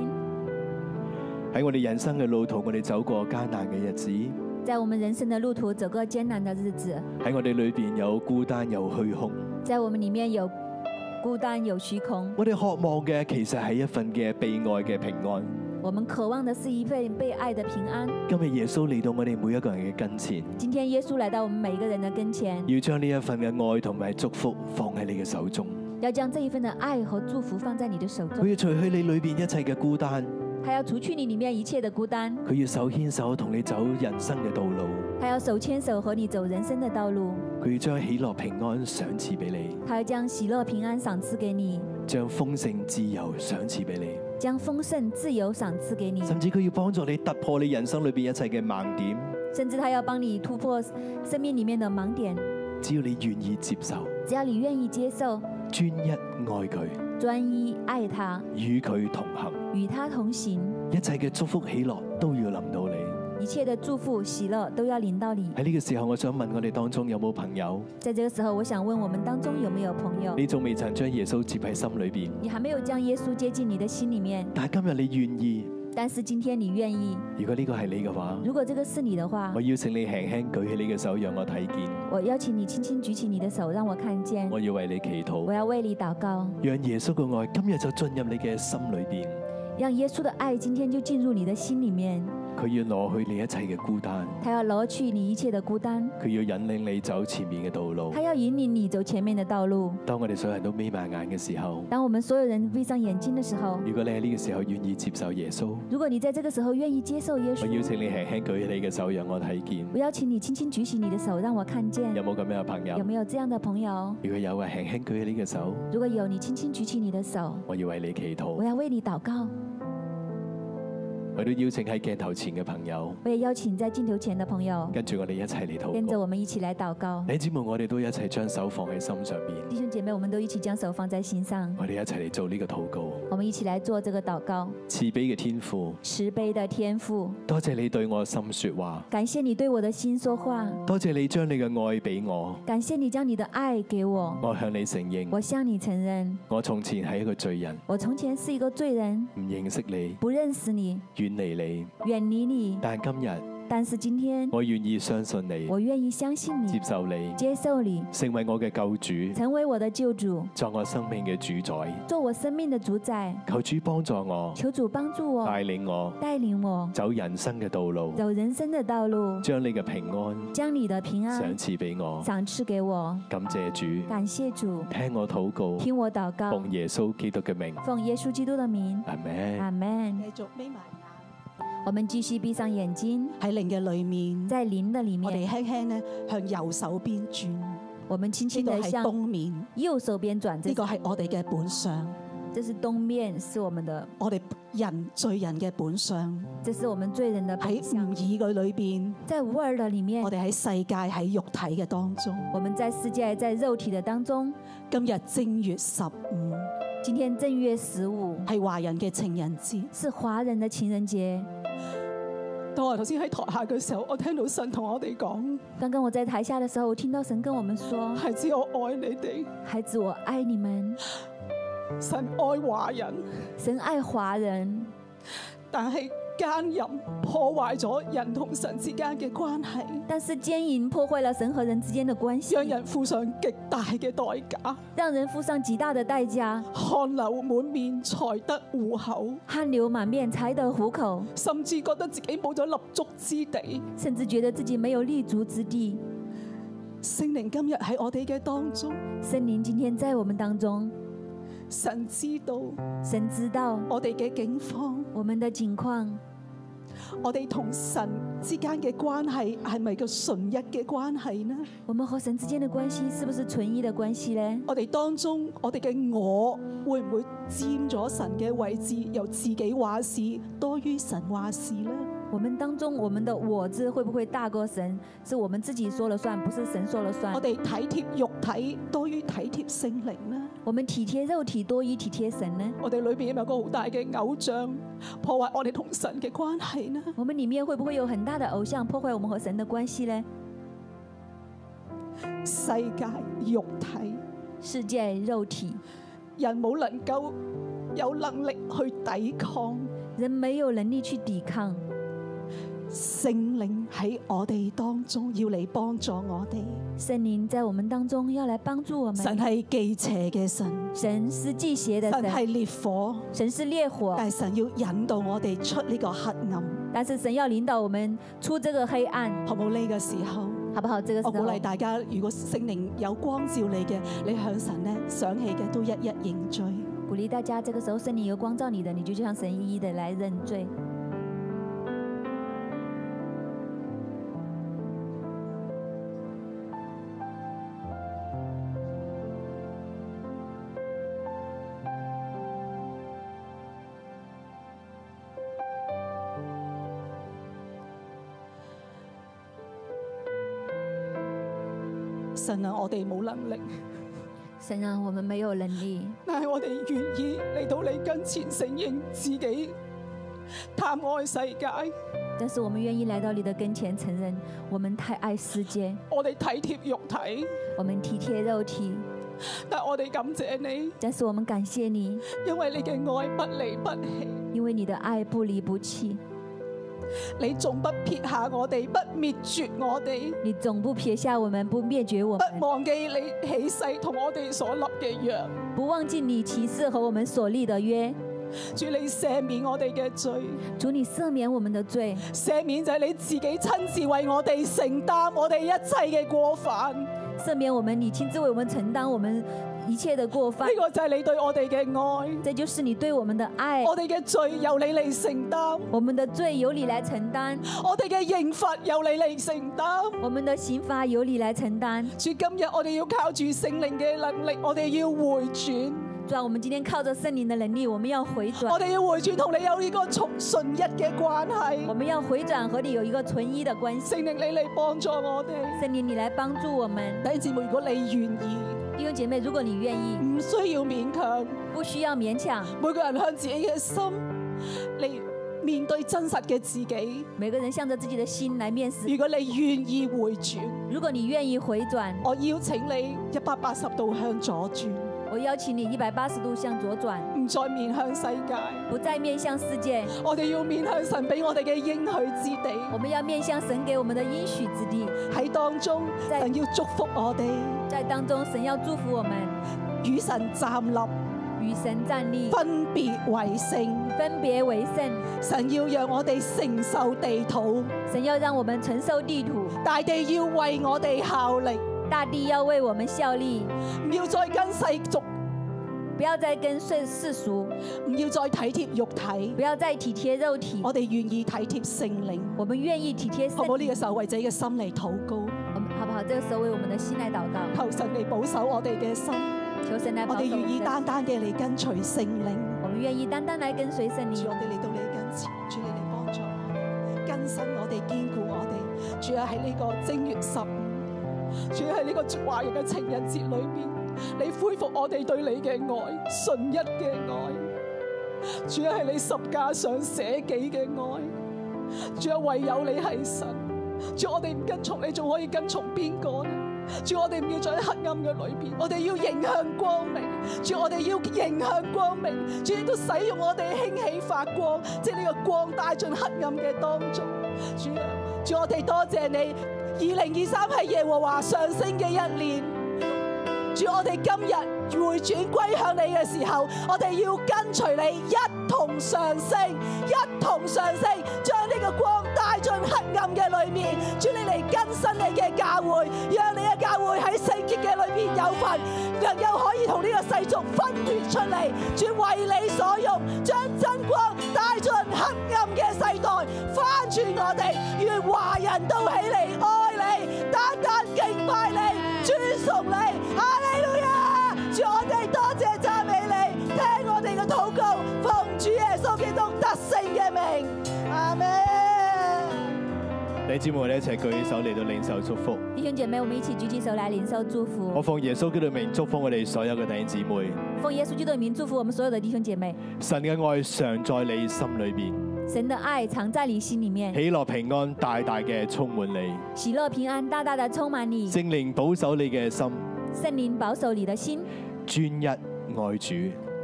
喺我哋人生嘅路途，我哋走過艱難嘅日子，喺
在我们人生的路途走过艰难的日子，
我哋裏邊有孤單有虛空。
在我们里面有孤单有虚空，
我哋渴望嘅其實係一份嘅被愛嘅平安。
我们渴望的是一份被爱的平安。
今日耶穌嚟到我哋每一個人嘅跟前，
今天耶稣来到我们每一个人的跟前，
要將呢一份嘅愛同埋祝福放喺你嘅手中。
要将这一份的爱和祝福放在你的手中
佢，要除去你裏邊一切嘅孤單，
他要除去你里面一切的孤单，
佢要手牽手同你走人生嘅道路，
他要手牵手和你走人生的道路，
佢要將喜樂平安賞賜俾你，
他要将喜乐平安赏赐给你，
將豐盛自由賞賜俾你，
将丰盛自由赏赐给你，
甚至佢要幫助你突破你人生裏邊一切嘅盲點。
甚至他要帮你突破生命里面的盲点。
只要你願意接受，
只要你愿意接受，
專一愛佢，
专一爱他，
與佢同行，
与他同行，
一切嘅祝福喜樂都要臨到你。
一切的祝福喜乐都要临到你。
喺呢個時候，我想問我哋當中有冇朋友？
在这个时候，我想问我们当中有没有朋友，
你仲未曾將耶穌接喺心裏邊，
你还没有将耶稣接进你的心里面，
但係今日你願意。
但是今天你愿意，
如果呢個係你嘅話，
如果啊这个是你的话
我，邀請你輕輕舉起你嘅手，讓我睇見。
我邀请你轻轻举起你的手，让我看见。
我要為你祈
我
禱，
要为你祷告，
讓耶穌嘅愛今日就進入你嘅心裏邊。
让耶稣的爱今天就进入你的心里面。
佢要攞去你一切嘅孤單，
他要挪去你一切的孤单，
佢要引領你走前面嘅道路
他。要引领你走前面的道路。
當我哋所有人都眯埋眼嘅時候，
当我们所有人闭上眼睛的时候，
如果你喺呢個時候願意接受耶穌，
如果你在这个时候愿意接受耶
我
稣，
邀請你輕輕舉起你嘅手，讓我睇見。
我邀请你轻轻举起你的手，让我看见
有冇咁樣嘅朋友
有？没有这样的朋友。
如果有啊嘅，輕輕舉起你嘅手，
如果有，你轻轻举起你的手，
我要為你祈禱
我。要为你祷告。
我都邀請喺鏡頭前嘅朋友，
我也邀请在镜头前的朋友
跟住我哋一齊嚟禱
跟着
告。
我们一起来祷告。
你姊妹，我哋都一齊將手放喺心上面，
弟兄姐妹，我们都一起将手放在心上，
我哋一齊嚟做呢個禱告。
我们一起来做这个祷告。
慈悲嘅天父，
慈悲的天父，
多謝你對我心说話，
感谢你对我的心说话，
多謝你將你嘅愛俾我。
感谢你将你的爱给我。
我向你承認，
我向你承认，
我從前係一個罪人，
我从前是一个罪人，
唔認識你，
不认识你，
遠離你。
远离你。
但今日
但是今天，
我願意相信你，
我愿意相信
接
你，
受你，
接受你，
成為我嘅救主，
成为我的救主，
作我生命嘅主宰。
做我生命的主宰。
求主幫助我，
求主帮助我，
帶領我
带领我
走人生嘅道路，
走人生的道路，
將你嘅平安
将你的平安
賞賜俾我。
赏赐给我。
感謝主，
感谢主，
聽我禱告，
听我祷告，
奉耶穌基督嘅名，
奉耶稣基督的名，
阿門。
阿门。
繼續眯埋眼
我們繼續閉上眼睛，
喺靈嘅裏面，
在靈的里
我哋
面，
輕輕咧向右手邊轉，呢
我們輕輕
個
的
係
向
東面，
右手邊轉，
呢
这
個係我哋嘅本相，
这是東面，是我們的，
我哋人罪人嘅本相
这是我們罪人的
喺
本
唔
相。
義嘅裏邊，
在無二嗯的里面
我，哋喺世界喺肉體嘅當中。
我們在世界在肉體的當中。
今日正月十五
今天正月十五
係華人嘅情人節。
是華人的情人節。
當我頭先喺台下嘅時候，我聽到神同我哋講：
剛剛我在台下的時候，我聽到神跟我們說
孩子，我愛你哋，：“
孩子，我愛你們。
神愛華人。
神愛華人，
但係奸淫破壞咗人同神之間嘅關係，
但是奸淫破壞了神和人之間的關
讓
係，
人付上極大嘅代價，
讓人付上極大的代價。”
汗流滿面才得糊口，
汗流满面才得糊口，
甚至覺得自己冇咗立足之地。
甚至觉得自己没有立足之地。
聖靈今日喺我哋嘅當中，
森林今天在我们当中，
神知道
神知道
我哋嘅境況，
我们的情况，
我哋同神之間嘅關係係咪個純一嘅關係呢？
我们和神之间的关系是不是纯一的关系呢？
我哋當中，我哋嘅我會唔會佔咗神嘅位置，由自己話事多於神話事呢？
我们当中我们的我字会不会大过神？是我们自己说了算，不是神说了算
我。哋體貼肉體多於體貼聖靈啦。
我们体贴肉体多于体贴神呢？
我哋裏邊有冇個好大嘅偶像，破壞我哋同神嘅關係呢？
我们里面会不会有很大的偶像破坏我们和神的关系呢？
世界、肉體
世界肉体，
人冇能夠有能力去抵抗
人没有能力去抵抗。
聖靈喺我哋當中，要嚟幫助我哋。
圣灵在我们当中要来帮助我们。
神係忌邪嘅神，
神是忌邪的
神
神，
係烈火，
神是烈火，
但係神要引導我哋出呢個黑暗，
但是神要领导我们出这个黑暗，
好冇？呢個時候，
好不好？这个时
哦我鼓
候
勵，大家，如果聖靈有光照你嘅，你向神咧想起嘅都一一認罪。
鼓励大家，这个时候圣灵有光照你的，你就向神一一的来认罪。
神啊，我哋冇能力，
神啊，我们没有能力，
但係我哋願意嚟到你跟前承認自己貪愛世界，
但是我们愿意来到你的跟前，承认我们太爱世界，
我哋體貼肉體，
我们体贴肉体。
但我哋感謝你，
但是我们感谢你，
因為你嘅愛不離不棄。
因为你的爱不离不弃，
你仲不撇下我哋，不滅絕我哋，
你总不撇下我们，不灭绝我们
不，忘記你起誓同我哋所立嘅約。
不忘记你骑士和我们所立的约。
主你赦免我哋嘅罪，
主，你赦免我们的罪，
赦免就係你自己親自為我哋承擔我哋一切嘅過犯。呢、
赦免我们，你亲自为我们承担我们一切的过犯
個。就係你對我哋嘅愛，
这就是你对我们的爱，
我哋嘅罪由你嚟承擔，
我们的罪由你来承担，
我哋嘅刑罰由你嚟承擔。
我们的刑罚由你来承担。
主今日我哋要靠住聖靈嘅能力，我哋要回轉，
主啊，我们今天靠着圣灵的能力，我们要回
我
转，
哋要回轉同你有呢個從純一嘅關
我
係。
们要回转和你有一个纯一的关系。
聖靈你嚟幫助我哋。
圣灵，你来帮助我们，
弟兄姊妹，如果你願意，
弟兄姐妹，如果你愿意，
唔需要勉強，
不需要勉强，
每個人向自己嘅心嚟面對真實嘅自己。
每个人向着自己的心来面试。
如果你願意回轉，
如果你愿意回转，
我邀請你一百八十度向左轉，
我邀请你一百八十度向左转，
唔再面向世界。
不再面向世界，
我哋要面向神俾我哋嘅應許之
我
地，
们要面向神给我们的应许之地。
喺當中
在
神要祝福我哋，
在当中，神要祝福我们，
與神站立，
与神站立，
分別為聖。
分别为圣。
神要讓我哋承受地土，
神要让我们承受地土，
大地要為我哋效力。
大地要为我们效力，
唔要再跟世俗，
不要再跟世世俗，
唔要再體貼肉體，
不要再体贴肉体。
我哋願意體貼聖靈，
我们愿意体贴
好
圣
唔好？呢
灵
個，受惠者嘅心嚟禱告，
我们好不好？这个时候为我们的心来祷告，
求神嚟保守我哋嘅心，
求神来
我
保守
哋
我
願
们
意
的
單單嘅嚟跟隨聖靈。
我们愿意单单来跟随圣灵
主，啊我。哋嚟到你跟前，主你嚟幫助我哋，更新我哋，堅固我哋。主啊，喺呢個正月十五，主啊喺呢個華人嘅情人節裏邊，你恢復我哋對你嘅愛，純一嘅愛。主啊，係你十架上捨己嘅愛。主啊，唯有你係神。主，啊我哋唔跟從你，仲可以跟從邊個呢？主，啊我哋唔要再喺黑暗嘅裏邊，我哋要迎向光明。主，我哋要迎向光明。主，亦都使用我哋興起發光，即係呢個光帶進黑暗嘅當中。主啊，主，我哋多謝你。二零二三係耶和華上升嘅一年。主，我哋今日回轉歸向你嘅時候，我哋要跟隨你一同上升，一同上升，將呢個光帶進黑暗嘅裏面。主，你嚟更新你嘅教會，讓你嘅教會喺聖潔嘅裏面有份，能夠可以同呢個世俗分別出嚟。主，為你所用，將真光帶進黑暗嘅世代，翻轉我哋，願華人都起嚟愛你，單單敬拜你，尊崇你，哈利路亞！主，我哋多謝讚美你，聽我哋嘅禱告，奉主耶穌基督得勝嘅名，阿門。
弟兄姊妹，我哋一齊舉起手嚟到領受祝福。
弟兄姐妹，我们一起举起手来领受祝
我
福，
奉耶穌基督嘅名祝福我哋所有嘅弟兄姊妹。
奉耶稣基督的名祝福我们所有的弟兄姐妹。
神嘅愛常在你心裏邊，
神的爱藏在你心里面，
喜樂平安大大嘅充滿你，
喜乐平安大大的充满你，
聖靈保守你嘅心，
圣灵保守你的心，
專一愛主，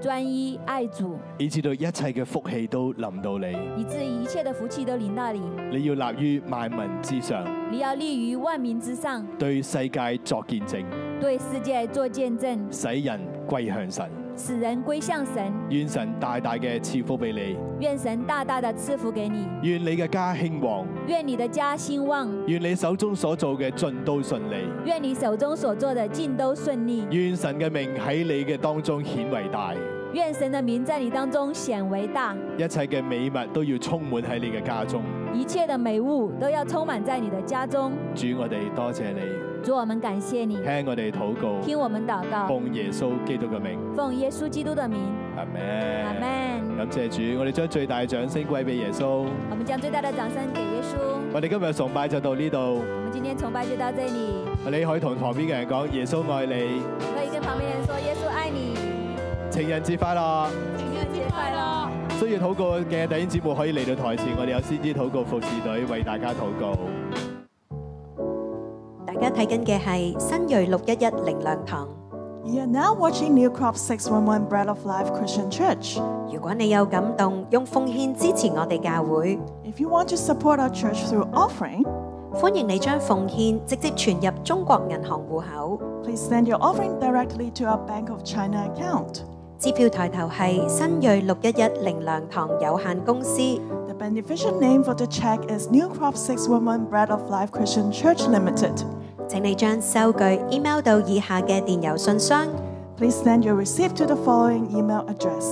专一爱主，
以至到一切嘅福氣都臨到你。
以致一切的福气都临到你。
你要立於萬民之上，
你要立于万民之上，
對世界作見證，
对世界做见证，
使人歸向神。
使人归向神。
願神大大嘅賜福俾你，
愿神大大的赐福给你，
願你嘅家興旺，
愿你的家兴旺，
願你手中所做嘅盡都順利。
愿你手中所做的尽都顺利，
願神嘅名喺你嘅當中顯為大，一
愿神的名在你当中显为大，
切嘅美物都要充滿喺你嘅家中。
一切的美物都要充满在你的家中。
主，我哋多謝你，
主，我们感谢你，
聽我哋禱告，
听我们祷告，
奉耶穌基督嘅名，
奉耶稣基督的名，
阿門。
阿门。
感謝主，我哋將最大嘅掌聲歸俾耶穌。
我们将最大的掌声给耶稣。
我哋今日崇拜就到呢度，
我们今天崇拜就到这里，
你可以同旁邊嘅人講：耶穌愛你，
可以跟旁边人说耶稣爱你，
情人節快樂。
情人节快乐。
需要禱告嘅弟兄姊妹可以嚟到台前，我哋有先知禱告服侍隊為大家禱告。
大家睇緊嘅係新锐六一一靈糧堂。
You're now watching New Crop 611 Bread of Life Christian Church.
如果你有感動，用奉獻支持我哋教會，
If you want to support our church through offering,
歡迎你將奉獻直接存入中國銀行户口。
please send your offering directly to our Bank of China account.
支票抬頭係新锐六一一靈糧堂有限公司，
The beneficial name for the check is New Crop 611 Bread of Life Christian Church Limited.
請你將收據 email 到以下嘅電郵信箱。
Please send your receipt to the following email address.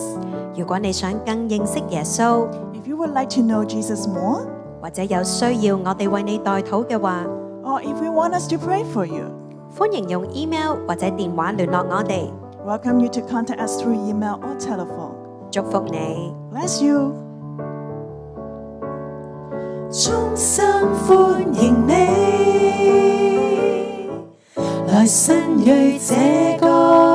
如果你想更認識耶穌，
If you would like to know Jesus more,
或者有需要我哋為你代禱嘅話，
or if you want us to pray for you,
歡迎用 email 或者電話聯絡我哋。
welcome you to contact us through email or telephone.
祝福你。
Bless you.
衷心歡迎你，來新蕊這個